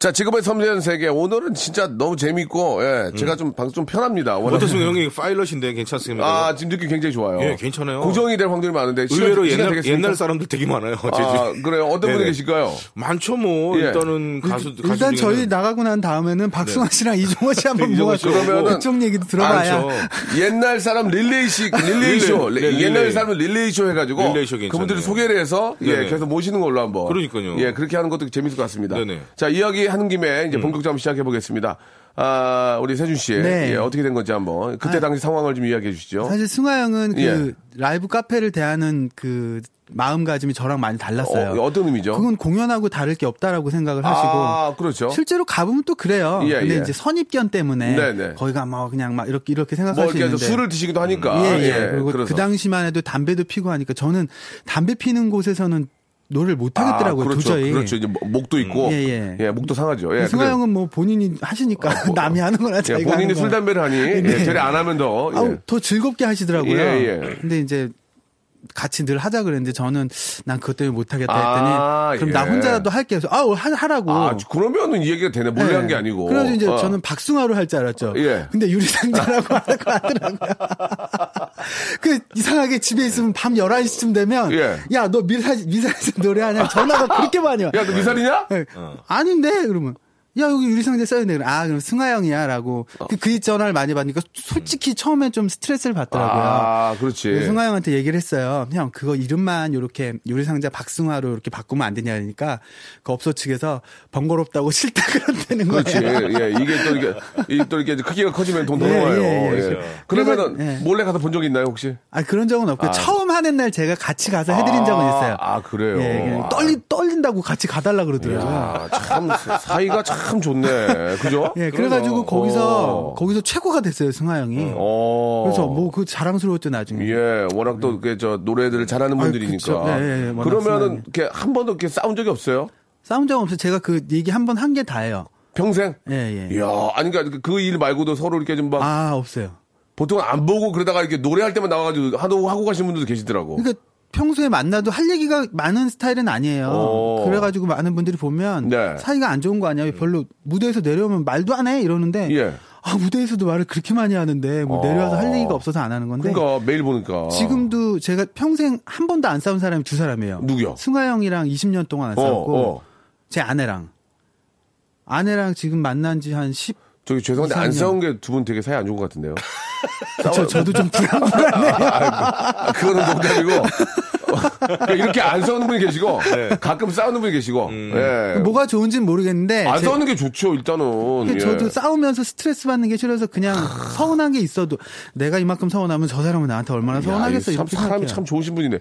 A: 자, 지금의 섬세한 세계. 오늘은 진짜 너무 재밌고, 예, 제가 좀 방송 좀 편합니다. 워낙-
C: 어떻습니까? 형님 파일럿인데 괜찮습니까?
A: 아, 지금 느낌 굉장히 좋아요.
C: 예, 괜찮아요.
A: 고정이 될 확률이 많은데. 시간-
C: 의외로
A: 시간
C: 옛날,
A: 되겠습니까?
C: 옛날 사람들 되게 많아요. 제주.
A: 아, 그래요. 어떤 분이
C: 네네.
A: 계실까요?
C: 많죠 뭐.
A: 예.
C: 일단은 가수 가수
D: 일단
C: 중에는.
D: 저희 나가고 난
A: 네.
D: 다음에는 박승환 씨랑 이종원 씨 한번
C: 이종원
D: 모아서
C: 씨하고
D: 그쪽 얘기도 들어봐야
C: 많죠.
A: 아, 그렇죠. 옛날 사람 릴레이식, 릴레이쇼.
C: 릴레이, 네,
A: 옛날
C: 릴레이.
A: 사람은 릴레이쇼 해가지고.
C: 릴레이쇼 괜찮네요.
A: 그분들이 소개를 해서, 예,
C: 네네.
A: 계속 모시는 걸로 한번.
C: 그러니까요.
A: 예, 그렇게 하는 것도 재밌을 것 같습니다.
C: 네네. 음.
A: 자, 이야기 하는 김에 이제 본격적으로 시작해보겠습니다. 아, 우리 세준 씨.
D: 네.
A: 예, 어떻게 된 건지 한번. 그때
D: 아.
A: 당시 상황을 좀 이야기해 주시죠.
D: 사실 승화 형은 그
A: 예.
D: 라이브 카페를 대하는 그 마음가짐이 저랑 많이 달랐어요.
A: 어, 떤 의미죠?
D: 그건 공연하고 다를 게 없다라고 생각을 하시고
A: 아, 그렇죠.
D: 실제로 가보면 또 그래요.
A: 예,
D: 근데
A: 예.
D: 이제 선입견 때문에
A: 네네.
D: 거기가 막 그냥 막 이렇게 이렇게 생각할
A: 뭐
D: 수
A: 이렇게 해서
D: 있는데
A: 술을 드시기도 하니까.
D: 예, 예. 그리고
A: 그래서.
D: 그 당시만 해도 담배도 피고 하니까 저는 담배 피는 곳에서는 노래를 못 하겠더라고요.
A: 아, 그렇죠.
D: 도저히.
A: 그렇죠. 이제 목- 목도 있고.
D: 예, 예.
A: 목도 상하죠. 예.
D: 승화
A: 그래요.
D: 형은 뭐 본인이 하시니까 남이 하는 거나
A: 예,
D: 자기가
A: 본인이
D: 하는
A: 술
D: 거나.
A: 담배를 하니 예, 저리 안 하면 더 예.
D: 아우, 더 즐겁게 하시더라고요.
A: 예, 예.
D: 근데 이제 같이 늘 하자 그랬는데 저는 난 그것 때문에 못 하겠다 했더니
A: 아,
D: 그럼 나
A: 예.
D: 혼자라도 할게 해서 아, 하- 하라고.
A: 아, 그러면은 이 얘기가 되네. 몰래
D: 예.
A: 한 게 아니고.
D: 그래서 이제
A: 어.
D: 저는 박승화로 할 줄 알았죠.
A: 예.
D: 근데 유리상자라고 하는 거 하더라고요. 그 이상하게 집에 있으면 밤 11시쯤 되면
A: 예.
D: 야, 너 미사, 미사에서 노래하냐? 전화가 그렇게 많이 와.
A: 야, 너 미사리냐?
D: 예. 아닌데 그러면 야 여기 유리상자 써있네 그럼 아 그럼 승하 형이야라고
A: 어.
D: 그, 그 전화를 많이 받으니까 솔직히 처음엔 좀 스트레스를 받더라고요. 네,
A: 아, 그렇지.
D: 그래서 승하 형한테 얘기를 했어요. 형 그거 이름만 요렇게 유리상자 박승화로 이렇게 바꾸면 안 되냐 그러니까 그 업소 측에서 번거롭다고 싫다 그런다는
A: 그렇지.
D: 거예요.
A: 예, 이게 또 이렇게, 이또 이렇게 크기가 커지면 돈 더
D: 예,
A: 나와요.
D: 예, 예.
A: 예.
D: 그렇죠.
A: 그러면은
D: 그래서- 예.
A: 몰래 가서 본 적 있나요, 혹시?
D: 아 그런 적은 없고 요 처음 하는 날 제가 같이 가서 해드린 적은 있어요.
A: 아, 그래요.
D: 예, 그냥
A: 아.
D: 떨리 떨린다고 같이 가달라 그러더라고요.
A: 아, 참, 사이가 참 좋네. 그죠?
D: 예, 그래가지고 거기서
A: 어.
D: 거기서 최고가 됐어요 승하 형이.
A: 어.
D: 그래서 뭐 그 자랑스러웠죠 나중에.
A: 예, 워낙 또, 그, 저, 노래들을 잘하는
D: 아이,
A: 분들이니까.
D: 그쵸. 예, 예, 예, 워낙
A: 그러면은,
D: 순하게.
A: 이렇게, 한 번도 이렇게 싸운 적이 없어요?
D: 싸운 적 없어요. 제가 그 얘기 한 번 한 게 다예요.
A: 평생?
D: 예, 예.
A: 이야, 아니, 그니까 그 일 말고도 서로 이렇게 좀 막,
D: 아, 없어요.
A: 보통은 안 보고 그러다가 이렇게 노래할 때만 나와가지고 하도 하고 가시는 분들도 계시더라고.
D: 그러니까 평소에 만나도 할 얘기가 많은 스타일은 아니에요.
A: 어.
D: 그래가지고 많은 분들이 보면
A: 네.
D: 사이가 안 좋은 거 아니야. 별로 무대에서 내려오면 말도 안 해 이러는데
A: 예.
D: 아 무대에서도 말을 그렇게 많이 하는데 뭐
A: 어.
D: 내려와서 할 얘기가 없어서 안 하는 건데
A: 그러니까 매일 보니까.
D: 지금도 제가 평생 한 번도 안 싸운 사람이 두 사람이에요.
A: 누구요?
D: 승하 형이랑 20년 동안 안
A: 어,
D: 싸웠고
A: 어.
D: 제 아내랑 아내랑 지금 만난 지 한 10.
A: 저기 죄송한데 안
D: 이상형.
A: 싸운 게 두 분 되게 사이 안 좋은 것 같은데요.
D: 저, 저도 좀 불안불안해요.
A: 아, 그거는 농담이고. 그러니까 이렇게 안 싸우는 분이 계시고, 가끔 싸우는 분이 계시고, 예.
D: 그 뭐가 좋은지는 모르겠는데
A: 안
D: 제-
A: 싸우는 게 좋죠, 일단은.
D: 그
A: 예. 아.
D: 저도 싸우면서 스트레스 받는 게 싫어서 그냥 서운한 게 있어도 내가 이만큼 서운하면 저 사람은 나한테 얼마나 서운하겠어
A: 야, 참
D: 이렇게
A: 사람이
D: 생각해요.
A: 참 좋으신 분이네.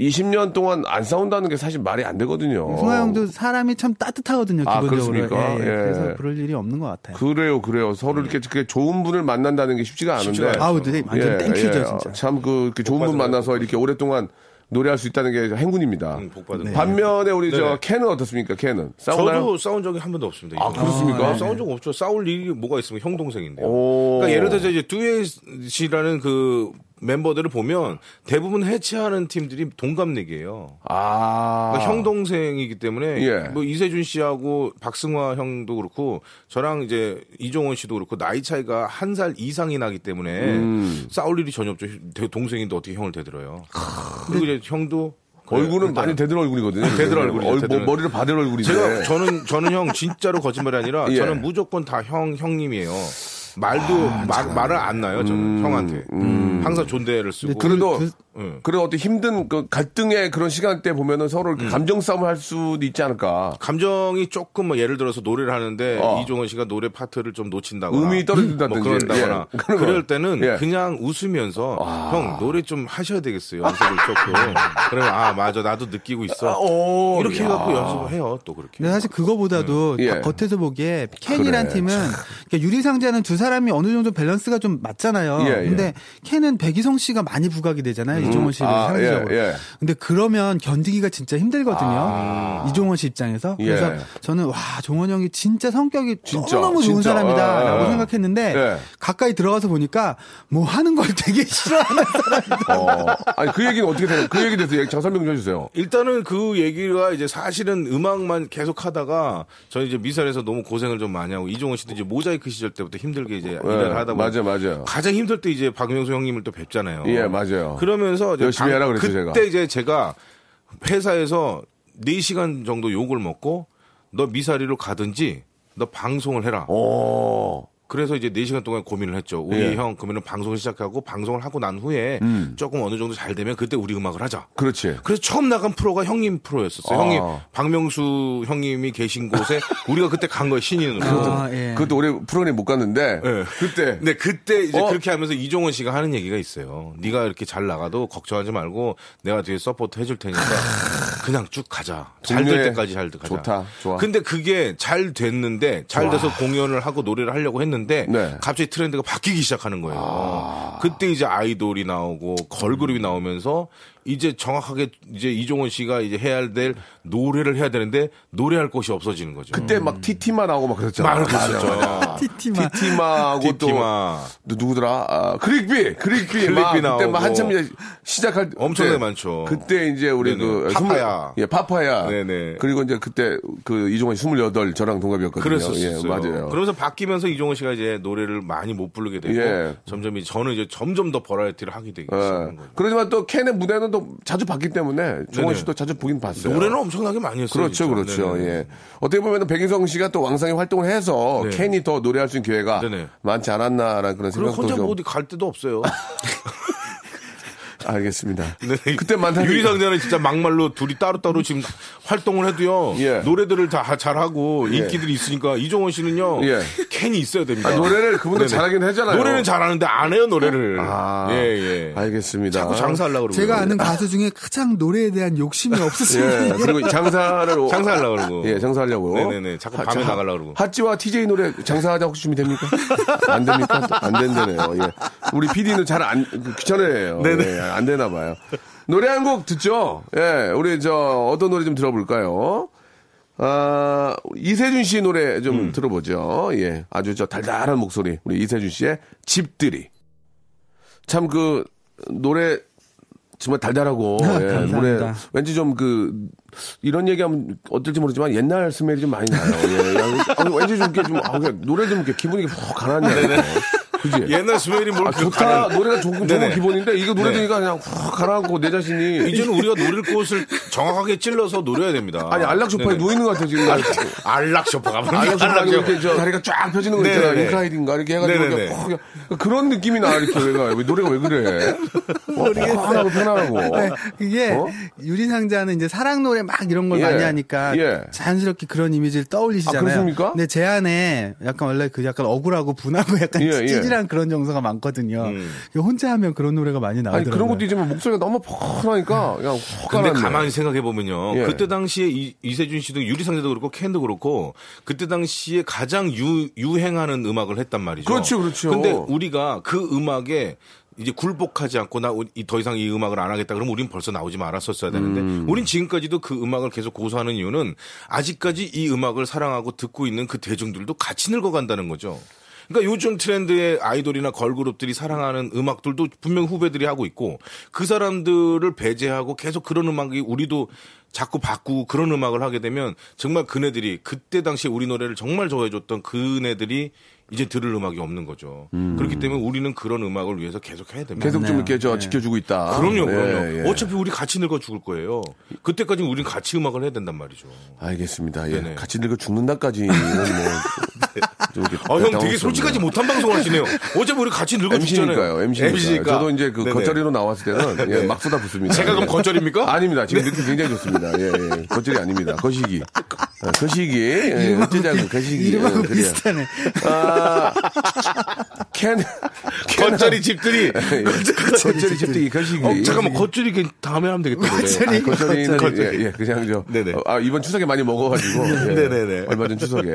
A: 20년 동안 안 싸운다는 게 사실 말이 안 되거든요.
D: 승화 형도 사람이 참 따뜻하거든요
A: 어. 아,
D: 기본적으로.
A: 그렇습니까?
D: 예, 예.
A: 예.
D: 그래서 그럴 일이 없는 것 같아요.
A: 그래요, 그래요. 서로 이렇게 그렇게 좋은 분을 만난다는 게 쉽지가 않은데. 예,
C: 네. 쉽지가 않죠.
D: 아우, 네, 완전 땡큐죠 진짜.
A: 참그 좋은 분 만나서 이렇게 오랫동안 노래할 수 있다는 게 행운입니다. 네.
C: 음, 복 받은 거.
A: 반면에 우리 저
C: 네네.
A: 캔은 어떻습니까? 캔은 싸우나요?
C: 저도 싸운 적이 한 번도 없습니다.
A: 아,
C: 이거.
A: 그렇습니까?
C: 네, 싸운 적 없죠. 싸울 일이 뭐가 있으면 형 동생인데.
A: 오.
C: 그러니까 예를 들어서 이제 듀엣이라는 그 멤버들을 보면 대부분 해체하는 팀들이 동갑내기예요.
A: 아
C: 그러니까 형 동생이기 때문에
A: 예.
C: 뭐 이세준 씨하고 박승화 형도 그렇고 저랑 이제 이종원 씨도 그렇고 나이 차이가 한 살 이상이 나기 때문에
A: 음.
C: 싸울 일이 전혀 없죠. 대- 동생인데 어떻게 형을 대들어요? 그리고 이제 형도 그래요.
A: 얼굴은
C: 일단은.
A: 많이 대들 얼굴이거든요.
C: 대들 그러니까 네, 얼굴이죠,
A: 얼-
C: 대들
A: 뭐, 머리를 받을 얼굴인데.
C: 제가 저는 저는 형 진짜로 거짓말이 아니라
A: 네. 예.
C: 저는 무조건 다 형 형님이에요. 말도
A: 아,
C: 마- 말을 안 나요 저는 형한테 항상 존대를 쓰고
A: 음, 그래도 음.
D: 그-
C: 응.
A: 그래 어떤 힘든 그 갈등의 그런 시간 때 보면은 서로
C: 음.
A: 이렇게 감정 싸움을 할 수도 있지 않을까.
C: 감정이 조금 뭐 예를 들어서 노래를 하는데
A: 어.
C: 이종원 씨가 노래 파트를 좀 놓친다거나
A: 음이 떨어진다든지
C: 뭐 그런다거나
A: 예. 그런 거.
C: 그럴 때는
A: 예. 아.
C: 그냥 웃으면서 형 노래 좀 하셔야 되겠어요 연습을 조금 그러면 아 맞아 나도 느끼고 있어
A: 오,
C: 이렇게
A: 야.
C: 해갖고 연습을 해요 또 그렇게
D: 근데 사실 그거보다도
A: 예.
D: 다 겉에서 보기에 캔이란
A: 그래,
D: 팀은 그러니까 유리상자는 두 사람이 어느 정도 밸런스가 좀 맞잖아요.
A: 예, 예.
D: 근데 캔은 백이성 씨가 많이 부각이 되잖아요. 이종원 씨를
A: 아,
D: 상대적으로.
A: 예, 예.
D: 근데 그러면 견디기가 진짜 힘들거든요. 이종원 씨 입장에서. 그래서
A: 아. 예.
D: 저는 와 종원 형이 진짜 성격이
A: 진짜,
D: 너무 좋은
A: 진짜. 예,
D: 사람이다라고
A: 예.
D: 생각했는데
A: 예.
D: 가까이 들어가서 보니까 뭐 하는 걸 되게 싫어하는
A: 어. 아니 그 얘기는 어떻게 되나요? 그 얘기 대해서 얘기 잘 설명 좀 해주세요.
C: 일단은 그 얘기가 이제 사실은 음악만 계속 하다가 저희 이제 미사에서 너무 고생을 좀 많이 하고 이종원 씨도 이제 모자이크 시절 때부터 힘들게 이제 일을 하다 보니
A: 어, 예. 맞아, 맞아.
C: 가장 힘들 때 이제 박명수 형님을 또 뵙잖아요.
A: 예, 맞아요.
C: 그러면서 이제
A: 열심히 하라 그랬죠, 제가.
C: 그때 이제 제가 회사에서 4시간 정도 욕을 먹고 너 미사리로 가든지 너 방송을 해라.
A: 오.
C: 그래서 이제 4시간 동안 고민을 했죠. 우리
A: 어? 예. 음.
C: 형 그러면 방송을 시작하고 방송을 하고 난 후에 조금 어느 정도 잘 되면 그때 우리 음악을 하자.
A: 그렇지.
C: 그래서 처음 나간 프로가 형님 프로였었어요.
A: 아.
C: 형님 박명수 형님이 계신 곳에 우리가 그때 간 거예요 신인으로.
D: 아, 예.
A: 그것도 올해 프로그램 못 갔는데
C: 예.
A: 그때
C: 근데 그때 이제
A: 어?
C: 그렇게 하면서 이종원 씨가 하는 얘기가 있어요. 네가 이렇게 잘 나가도 걱정하지 말고 내가 뒤에 서포트 해줄 테니까 그냥 쭉 가자. 잘 될
A: 동료의-
C: 때까지 잘 가자.
A: 좋다, 좋아.
C: 근데 그게 잘 됐는데 잘 돼서 공연을 하고 노래를 하려고 했는데
A: 네. 아.
C: 갑자기 트렌드가 바뀌기 시작하는 거예요. 그때 이제 아이돌이 나오고 걸그룹이 나오면서 이제 정확하게 이제 이종원 씨가 이제 해야 될 노래를 해야 되는데 노래할 곳이 없어지는 거죠. 음.
A: 그때 막 티티마 나오고 막 그랬잖아.
C: 말을 그렇죠. 했었죠.
D: 티티만.
A: 티티마하고 또
C: 티티마.
A: 누- 누구더라? 아, 크릭비, 크릭비,
C: 크릭비
A: 막 그때
C: 나오고.
A: 막 한참 이제 시작할 때
C: 엄청나게
A: 그때-
C: 많죠.
A: 그때 이제 우리
C: 네네.
A: 그
C: 파파야.
A: 예, 파파야.
C: 네네.
A: 그리고 이제 그때 그 이종원 28 저랑 동갑이었거든요.
C: 그랬었어요.
A: 예, 맞아요.
C: 그러면서 바뀌면서 이종원 씨가 이제 노래를 많이 못 부르게 되고
A: 예.
C: 점점 이제 저는 이제 점점 더 버라이어티를 하게 되기
A: 예.
C: 시작한 거예요.
A: 그러지만 또 캔의 무대는 또 자주 봤기 때문에 종원
C: 네네.
A: 씨도 자주 보긴 봤어요.
C: 노래는 엄청나게 많이 했어요.
A: 그렇죠,
C: 진짜.
A: 그렇죠.
C: 네네.
A: 예. 어떻게 보면 백인성 씨가 또 왕성히 활동을 해서
C: 네.
A: 캔이 더 노래할 수 있는 기회가
C: 네네.
A: 많지 않았나라는 그런
C: 그리고
A: 생각도
C: 혼자
A: 좀
C: 뭐 어디 갈 데도 없어요.
A: 알겠습니다.
C: 네.
A: 그때 만나
C: 유리상자는 진짜 막말로 둘이 따로따로 지금 활동을 해도요.
A: 예.
C: 노래들을 다 잘하고 인기들이 있으니까 이종원 씨는요.
A: 예.
C: 캔이 있어야 됩니다.
A: 아, 노래를 그분도
C: 네네.
A: 잘하긴 하잖아요.
C: 노래는 잘하는데 안 해요, 노래를.
A: 아,
C: 예, 예.
A: 알겠습니다.
C: 자꾸 장사하려고 그러고.
D: 제가 아는 가수 중에 가장 노래에 대한 욕심이 없으신
A: 예,
D: 분이
A: 그리고 장사를 오-
C: 장사하려고 그러고.
A: 예, 장사하려고.
C: 네네네. 자꾸 밤에 나가려고 그러고.
A: 핫지와 TJ 노래 장사하자 혹시 준비 됩니까? 안 됩니까? 또안 된다네요. 예. 우리 PD는 잘 안그 귀찮아해요.
C: 네네.
A: 예, 안 되나 봐요. 노래 한 곡 듣죠? 예, 우리 저 어떤 노래 좀 들어볼까요? 아, 이세준 씨 노래 좀
C: 음.
A: 들어보죠. 예. 아주 저 달달한 목소리. 우리 이세준 씨의 집들이. 참 그 노래 정말 달달하고
D: 아,
A: 예,
D: 감사합니다.
A: 노래 왠지 좀 그 이런 얘기하면 어떨지 모르지만 옛날 스멜이 좀 많이 나요. 예. 야, 아니, 왠지 좀 이렇게 좀 아, 그냥 노래 좀 이렇게 기분이 훅 가라앉냐. 그지?
C: 옛날 스웨일이 뭘
A: 아,
C: 그렇게
A: 좋다.
C: 예, 가는-
A: 노래가 좋은, 좋은
C: 네네.
A: 기본인데 이거 노래
C: 네.
A: 들으니까 그냥 훅 가라앉고 내 자신이
C: 이제는 우리가 노릴 곳을 정확하게 찔러서 노려야 됩니다.
A: 아니 안락소파에
C: 네네.
A: 누워 있는 것 같아요 지금.
C: 안락쇼파가 뭔지
A: 알락쇼파
C: 알락쇼파.
A: 이렇게 저 다리가 쫙 펴지는 거
C: 네네네.
A: 있잖아. 인클라이딩가 이렇게 해가지고
C: 네네네.
A: 이렇게 확 이렇게 그런 느낌이 나 이렇게 내가 왜 노래가 왜 그래? 어, 편하고 편하고.
D: 네, 그게
A: 어?
D: 유리상자는 이제 사랑 노래 막 이런 걸
A: 예.
D: 많이 하니까
A: 예.
D: 자연스럽게 그런 이미지를 떠올리시잖아요.
A: 아, 그렇습니까?
D: 근데 제 안에 약간 원래 그 약간 억울하고 분하고 약간
A: 예, 예.
D: 찌질한 그런 정서가 많거든요. 혼자 하면 그런 노래가 많이
A: 아니
D: 나오더라고요.
A: 그런 것도 이제 목소리가 너무 퍽하니까 그냥 확
C: 근데
A: 가라앉네.
C: 가만히 생각해 보면요.
A: 예.
C: 그때 당시에 이, 이세준 씨도 유리상자도 그렇고 캔도 그렇고 그때 당시에 가장 유, 유행하는 음악을 했단 말이죠.
A: 그렇죠, 그렇죠.
C: 근데 우리가 그 음악에 이제 굴복하지 않고 나 더 이상 이 음악을 안 하겠다 그러면 우린 벌써 나오지 말았었어야 되는데
A: 음.
C: 우린 지금까지도 그 음악을 계속 고수하는 이유는 아직까지 이 음악을 사랑하고 듣고 있는 그 대중들도 같이 늙어간다는 거죠. 그러니까 요즘 트렌드의 아이돌이나 걸그룹들이 사랑하는 음악들도 분명 후배들이 하고 있고 그 사람들을 배제하고 계속 그런 음악이 우리도 자꾸 바꾸고 그런 음악을 하게 되면 정말 그네들이 그때 당시에 우리 노래를 정말 좋아해줬던 그네들이 이제 들을 음악이 없는 거죠. 그렇기 때문에 우리는 그런 음악을 위해서 계속 해야 됩니다. 아,
A: 계속 좀
D: 맞네요.
A: 이렇게 저 지켜주고 있다.
C: 예. 그럼요, 그럼요.
A: 예, 예.
C: 어차피 우리 같이 늙어 죽을 거예요. 그때까지 우리는 같이 음악을 해야 된단 말이죠.
A: 알겠습니다. 예.
C: 네네.
A: 같이 늙어 죽는다까지는 뭐 뭐좀 이렇게
C: 아, 형 되게
A: 당황스럽네요.
C: 솔직하지 못한 방송을 하시네요. 어차피 우리 같이 늙어
A: MC니까요.
C: 죽잖아요.
A: MC니까.
C: MC니까.
A: 저도 이제 그
C: 네네. 네.
A: 겉절이로 나왔을 때는 예, 막 쏟아 붙습니다.
C: 제가 그럼 겉절입니까? 네.
A: 아닙니다. 지금 느낌 굉장히 좋습니다. 예, 예. 겉절이 아닙니다. 거시기. 아, 거시기. 예, 어쩌자고 거시기.
D: 이름하고
A: 예, 그래요.
D: 비슷하네.
A: 아, 캔, 캔.
C: 겉절이 집들이.
A: 예. 겉절이 집들이 거시기.
C: 어, 잠깐만 겉절이 그 다음에 하면 되겠다. 겉절이.
A: 아, 겉절이는
C: 겉절이.
A: 예, 예, 그냥 저
C: 네네.
A: 어, 아, 이번 추석에 많이 먹어가지고 예,
C: 네네네.
A: 얼마 전 추석에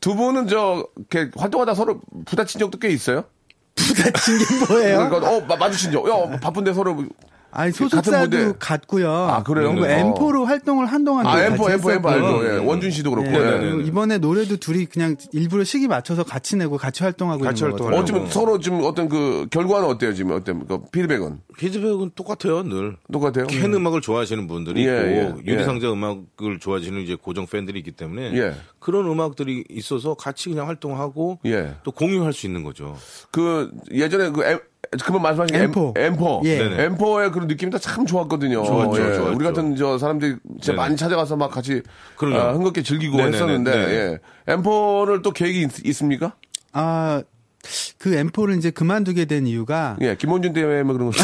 A: 두 분은 저 이렇게 활동하다 서로 부딪힌 적도 꽤 있어요?
D: 부딪힌 게
C: 네.
D: 뭐예요?
A: 그러니까 어 마- 마주친 적. 야 바쁜데 서로 같은
D: 아니 소속사도
A: 분들.
D: 같고요.
A: 아, 그래요?
D: 그리고
A: 어.
D: M4로 활동을 한동안
A: 아
D: 같이
A: 엠포 엠포 엠포
D: 했었고.
A: 알죠. 예, 원준 씨도 그렇고. 예.
D: 네,
C: 네네네.
D: 그리고 이번에 노래도 둘이 그냥 일부러 시기 맞춰서 같이 내고 같이 활동하고
C: 같이
D: 있는 거거든요.
C: 활동하려고.
A: 어찌면 서로 지금 어떤 그 결과는 어때요 지금 어떤 그 피드백은
C: 피드백은 똑같아요 늘.
A: 똑같아요?
C: 캔 음악을 좋아하시는
A: 예,
C: 분들이 있고
A: 예,
C: 유리상자 음악을 좋아하시는 이제 고정 팬들이 있기 때문에
A: 예.
C: 그런 음악들이 있어서 같이 그냥 활동하고
A: 예.
C: 또 공유할 수 있는 거죠.
A: 그 예전에 그 엠, 그만 말씀하신 게
D: M4.
A: 엠, M4.
D: 예.
C: 네네.
A: M4의 그런 느낌이 다 참 좋았거든요.
C: 좋았죠,
A: 예.
C: 좋았죠.
A: 우리 같은 저 사람들이 진짜
C: 네네.
A: 많이 찾아가서 막 같이
C: 그럼요.
A: 아, 흥겹게 즐기고
C: 네네네.
A: 했었는데
C: 네네.
A: 예. M4를 또 계획이 있, 습니까
D: 아, 그 M4를 이제 그만두게 된 이유가
A: 예, 김원준 때문에 뭐 그런 거.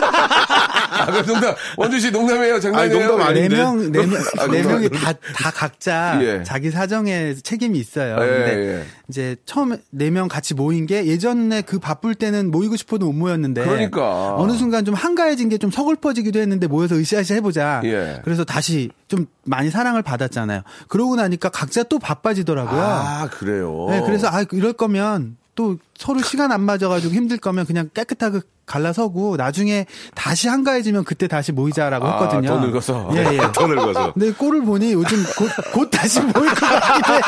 A: 아, 그 농담. 원준 씨 농담이에요, 장난이에요. 예.
C: 아니, 농담 아니-
D: 네
C: 아닌데?
D: 명, 네 명,
A: 아,
D: 네
A: 그건-
D: 명이 다, 다 각자
A: 예.
D: 자기 사정에 책임이 있어요.
A: 예,
D: 근데
A: 예.
D: 이제 처음에 네 명 같이 모인 게 예전에 그 바쁠 때는 모이고 싶어도 못 모였는데.
A: 그러니까.
D: 어느 순간 좀 한가해진 게 좀 서글퍼지기도 했는데 모여서 으쌰으쌰 해보자.
A: 예.
D: 그래서 다시 좀 많이 사랑을 받았잖아요. 그러고 나니까 각자 또 바빠지더라고요.
A: 아, 그래요.
D: 네, 그래서 아 이럴 거면 또 서로 시간 안 맞아가지고 힘들 거면 그냥 깨끗하게 갈라서고 나중에 다시 한가해지면 그때 다시 모이자라고
A: 아,
D: 했거든요.
A: 더 늙어서?
D: 예, 예.
C: 더 늙어서.
D: 근데 꼴을 보니 요즘 곧, 곧 다시 모일 것 같기도 해요.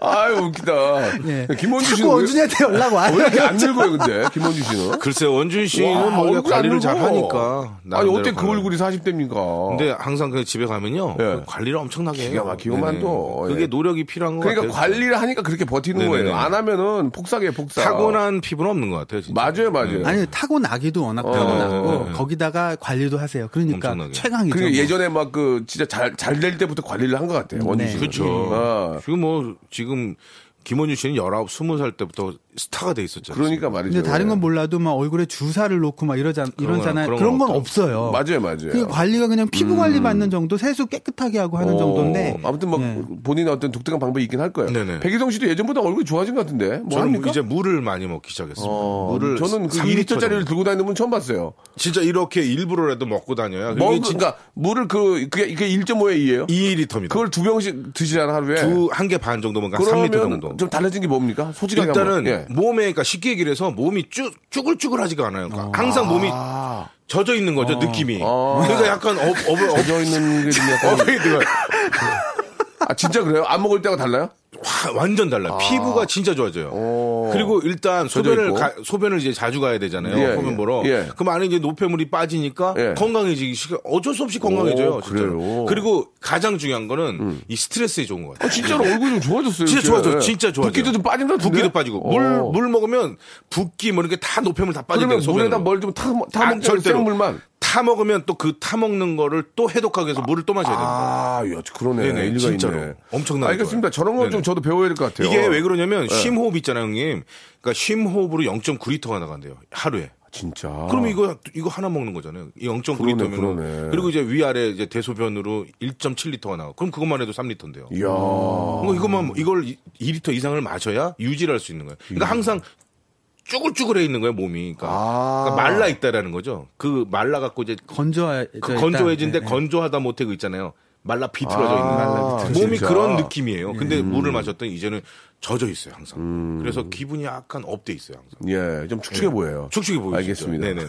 A: 아유, 웃기다.
D: 예.
A: 김원준 씨는
D: 자꾸
A: 왜-
D: 원준이한테 연락 와요.
A: 왜 이렇게 안 늙어요, 근데? 김원준 씨는?
C: 글쎄 원준 씨는
A: 와,
C: 뭐
A: 얼굴이 안
C: 관리를 잘
A: 늙어.
C: 하니까.
A: 아니,
C: 나름대로
A: 어때 그
C: 관리를.
A: 얼굴이 40대입니까?
C: 근데 항상 그 집에 가면요
A: 예.
C: 그 관리를 엄청나게 해요.
A: 기가 막히고만
C: 네네.
A: 또, 예.
C: 그게 노력이 필요한 거
A: 그러니까
C: 같아요.
A: 관리를 하니까 그렇게 버티는
C: 네네네.
A: 거예요. 안 하면은 폭삭이에요, 폭삭.
C: 타고난 피부는 없는 것 음. 같아요. 진짜. 네.
A: 맞아요, 맞아요.
D: 아니 타고 나기도
A: 어,
D: 워낙 타고 나고 거기다가 관리도 하세요. 그러니까
C: 엄청나게.
D: 최강이죠.
A: 그리고
D: 뭐.
A: 예전에 막 그 진짜 잘, 잘 될 때부터 관리를 한 것 같아요, 원준
D: 네.
A: 씨는.
C: 그렇죠.
A: 어.
C: 지금 뭐 지금 김원준 씨는 19, 20살 때부터 스타가 돼 있었잖아요.
A: 그러니까 말이죠.
D: 근데 다른 건 몰라도 막 얼굴에 주사를 놓고 막 이러잖아
C: 그런
D: 이런잖아요.
C: 건- 그런
D: 그런
C: 건
D: 건
C: 없다.
D: 없어요.
A: 맞아요, 맞아요.
D: 그 관리가 그냥 피부 관리 받는 정도, 세수 깨끗하게 하고 하는
A: 음. 어,
D: 정도인데.
A: 아무튼 뭐
D: 예.
A: 본인의 어떤 독특한 방법이 있긴 할 거예요.
C: 네. 네네.
A: 백희성 씨도 예전보다 얼굴이 좋아진 것 같은데. 뭐
C: 저는
A: 합니까?
C: 이제 물을 많이 먹기 시작했습니다.
A: 어,
C: 물을
A: 저는 그
C: 3L
A: 2리터짜리를
C: 정도.
A: 들고 다니는 분 처음 봤어요.
C: 진짜 이렇게 일부러라도 먹고 다녀야.
A: 먹,
C: 먹 진짜
A: 그러니까 물을 그 그게, 그게 1.5에 2예요.
C: 2리터입니다.
A: 그걸 두 병씩 드시잖아 하루에.
C: 두 한 개 반 정도 먹으니까 3리터 정도.
A: 그러면 좀 달라진 게 뭡니까? 솔직하게
C: 일단은
A: 한번. 예.
C: 몸에 그러니까 쉽게 얘기를 해서 몸이 쭈, 쭈글쭈글하지가 않아요. 그러니까 항상 몸이 젖어 있는 거죠 느낌이.
A: 아.
C: 그래서 약간 어, 어, 어,
A: 젖어 있는 게 좀 약간
C: 어이, 내가
A: 아 진짜 그래요? 안 먹을 때가 달라요?
C: 와, 완전 달라요. 피부가 진짜 좋아져요. 그리고 일단 소변을
A: 아. 있고.
C: 가- 소변을 이제 자주 가야 되잖아요.
A: 예,
C: 소변
A: 예,
C: 보러.
A: 예.
C: 그럼 안에 이제 노폐물이 빠지니까
A: 예.
C: 건강해지기 시작. 어쩔 수 없이 건강해져요.
A: 오,
C: 진짜로.
A: 그래요? 음.
C: 그리고 가장 중요한 거는 이 스트레스에 좋은 것 같아요.
A: 진짜로 얼굴이 좀 좋아졌어요. 예.
C: 진짜
A: 이렇게.
C: 좋아져, 진짜 좋아져.
A: 붓기도 좀 빠진 것 같은데.
C: 붓기도 빠지고 물
A: 어.
C: 물 먹으면 붓기 뭐 이렇게 다 노폐물 다 빠진다.
A: 그러면 물에다 뭘 좀타타
C: 안,
A: 먹죠?
C: 아, 절대로.
A: 생물만.
C: 타 먹으면 또 그 타 먹는 거를 또 해독하기 위해서 물을 또 마셔야 됩니다.
A: 아, 야, 그러네.
C: 네네,
A: 일리가
C: 진짜로.
A: 있네.
C: 엄청나게
A: 알겠습니다.
C: 좋아요.
A: 저런 건 좀
C: 네네.
A: 저도 배워야 될 것 같아요. 예.
C: 이게 왜 그러냐면 쉼호흡 있잖아요, 형님. 그러니까 쉼호흡으로 0.9리터가 나간대요. 하루에.
A: 진짜.
C: 그럼 이거 이거 하나 먹는 거잖아요. 이 0.9리터면
A: 아. 그러네.
C: 은 그리고 이제 위아래 이제 대소변으로 1.7리터가 나와. 그럼 그것만 해도 3리터인데요.
A: 이야. 아.
C: 그러니까 이것만 이걸 2리터 이상을 마셔야 유지할 를수 있는 거예요. 그러니까 항상 쭈글쭈글해 있는 거예요, 몸이. 그러니까,
A: 음. 아.
C: 그러니까 말라 있다라는 거죠. 그 말라 갖고 이제
D: 건조해 네.
C: 그 건조해진데 건조하다 못해 그 있잖아요. 말라 비틀어져 있는
A: 네, 말라 비틀어져 음.
C: 몸이
A: 진짜.
C: 그런 느낌이에요. 근데 물을 마셨더니 이제는 젖어 있어요 항상.
A: 음.
C: 그래서 기분이 약간 업돼 있어요 항상.
A: 예, 좀 축축해 보여요.
C: 네. 축축해 보이죠.
A: 알겠습니다.
C: 네네네.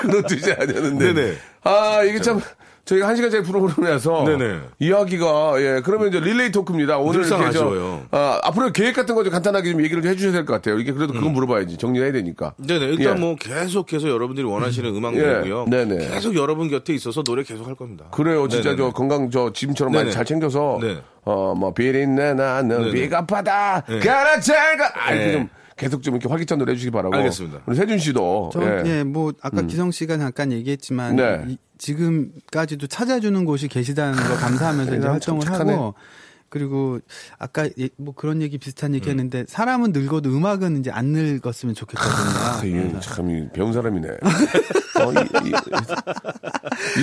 A: 그런 뜻이 아니었는데.
C: 네네.
A: 아, 이게 참. 저희가 한 시간짜리 프로그램이라서
C: 네네.
A: 이야기가 예 그러면 이제 릴레이 토크입니다. 오늘
C: 늘상
A: 이렇게 저,
C: 아쉬워요.
A: 아, 앞으로 계획 같은 거 좀 간단하게 좀 얘기를 좀 해주셔야 될 것 같아요. 이게 그래도 그건 물어봐야지 정리해야 되니까.
C: 음. 네네. 일단
A: 예.
C: 뭐 계속해서 여러분들이 원하시는 음악
A: 예.
C: 내고요.
A: 네네.
C: 계속 여러분 곁에 있어서 노래 계속 할 겁니다.
A: 그래요. 진짜
C: 네네네.
A: 저 건강 저 지금처럼 많이
C: 네네.
A: 잘 챙겨서
C: 네.
A: 어뭐 비린내 나는
C: 네네.
A: 비가파다
C: 네.
A: 가라 잘가 아, 이렇게
C: 네.
A: 좀 계속 좀 이렇게 활기찬 노래 해주시기 바라고.
C: 알겠습니다.
A: 우리 세준 씨도
D: 저, 예. 뭐, 아까 기성 씨가 잠깐 얘기했지만,
A: 음. 네.
D: 이- 지금까지도 찾아주는 곳이 계시다는 거 감사하면서 이제
A: 아, 참
D: 활동을
A: 착하네.
D: 하고, 그리고 아까 예- 뭐 그런 얘기 비슷한
A: 음.
D: 얘기 했는데, 사람은 늙어도 음악은 이제 안 늙었으면
A: 아,
D: 좋겠거든요.
C: 음.
A: 이게 참 이- 배운 사람이네. 어, 이,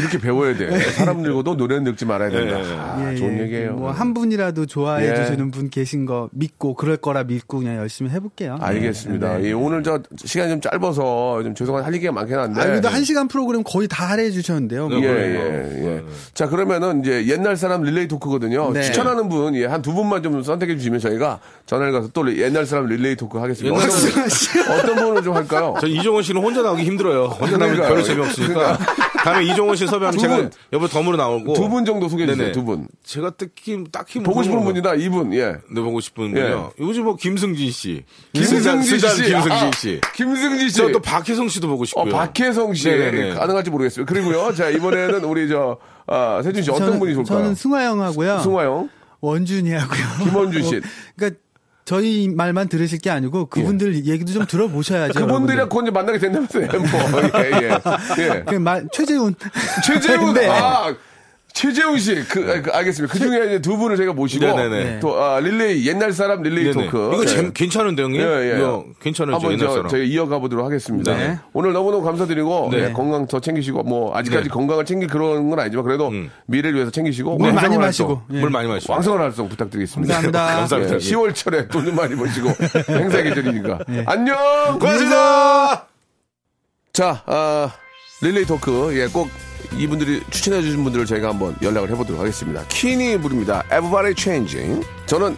A: 렇게 배워야 돼. 사람 늙어도 노래는 늙지 말아야 된다. 아,
D: 예,
A: 좋은
D: 예.
A: 얘기예요.
D: 뭐, 한 분이라도 좋아해
A: 예.
D: 주시는 분 계신 거 믿고, 그럴 거라 믿고 그냥 열심히 해볼게요. 네,
A: 알겠습니다. 예, 오늘 저 시간이 좀 짧아서 좀 죄송한 할 얘기가 많긴 한데.
D: 아, 그래도 한 시간 프로그램 거의 다 할애해 주셨는데요.
A: 네. 예,
D: 뭐.
A: 예, 예. 자, 그러면은 이제 옛날 사람 릴레이 토크거든요.
D: 네.
A: 추천하는 분, 예, 한 두 분만 좀 선택해 주시면 저희가 전화를 가서 또 옛날 사람 릴레이 토크 하겠습니다.
C: 옛날
A: 어떤, 어떤 분을 좀 할까요?
C: 저 이종원 씨는 혼자 나오기 힘들어요. 혼자 나오면
A: 그러니까요.
C: 별로 재미없으니까. 다음에 이종원 씨 섭외하면
A: 두
C: 제가
A: 분.
C: 옆으로 덤으로 나오고.
A: 두 분 정도 소개해 주세요,
C: 뭐. 네네. 음.
A: 두 분.
C: 제가 특히 딱히
A: 보고 싶은
C: 물어보는 거-
A: 분이다, 이분, 예.
C: 네, 보고 싶은 분이요. 요즘 뭐 김승진 씨.
A: 김승진 씨.
C: 쓰잔
A: 아,
C: 김승진 씨.
A: 김승진 씨.
C: 저 또 박혜성 씨도 보고
A: 어,
C: 싶고요.
A: 박혜성 씨.
C: 네네네.
A: 가능할지 모르겠습니다. 그리고요, 자, 이번에는 우리 저, 아, 세준 씨 어떤
D: 저는-
A: 분이 좋을까요?
D: 저는 승화영하고요.
A: 승화영.
D: 원준이하고요.
A: 김원준 씨.
D: 어, 그러니까 저희 말만 들으실 게 아니고 그분들 얘기도 좀 들어보셔야죠.
A: 예. 그분들이랑
D: 여러분들.
A: 곧 이제 만나게 된다면서요, 뭐. 예, 예. 예.
D: 그 말, 최재훈.
A: 최재훈,
D: 네.
A: 아, 최재훈 씨, 그, 아, 그, 알겠습니다. 그 중에 이제 두 분을 제가 모시고,
C: 네네네.
A: 또, 아, 릴레이, 옛날 사람 릴레이
C: 네네.
A: 토크.
C: 이거
A: 예.
C: 재 괜찮은데 형님?
A: 예, 예.
C: 이거 뭐, 괜찮은데
A: 한번
C: 옛날
A: 저,
C: 사람.
A: 저희 이어가 보도록 하겠습니다.
D: 네.
A: 오늘 너무너무 감사드리고
C: 네.
A: 예, 건강 더 챙기시고 뭐 아직까지
C: 네. 음.
A: 건강을 챙길 그런 건 아니지만 그래도 미래를 위해서 챙기시고
D: 물 많이
A: 왕성한
D: 마시고.
A: 활동,
D: 예.
C: 물 많이 마시고.
A: 왕성한 활동 부탁드리겠습니다.
D: 감사합니다.
C: 감사합니다.
A: 예, 10월철에 돈 좀 많이 버시고 행사 계절이니까
C: 네.
A: 안녕
C: 고맙습니다!
A: 자, 아, 릴레이 토크. 예, 꼭 이분들이 추천해주신 분들을 저희가 한번 연락을 해보도록 하겠습니다. 키니 부릅니다. Everybody Changing. 저는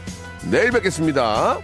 A: 내일 뵙겠습니다.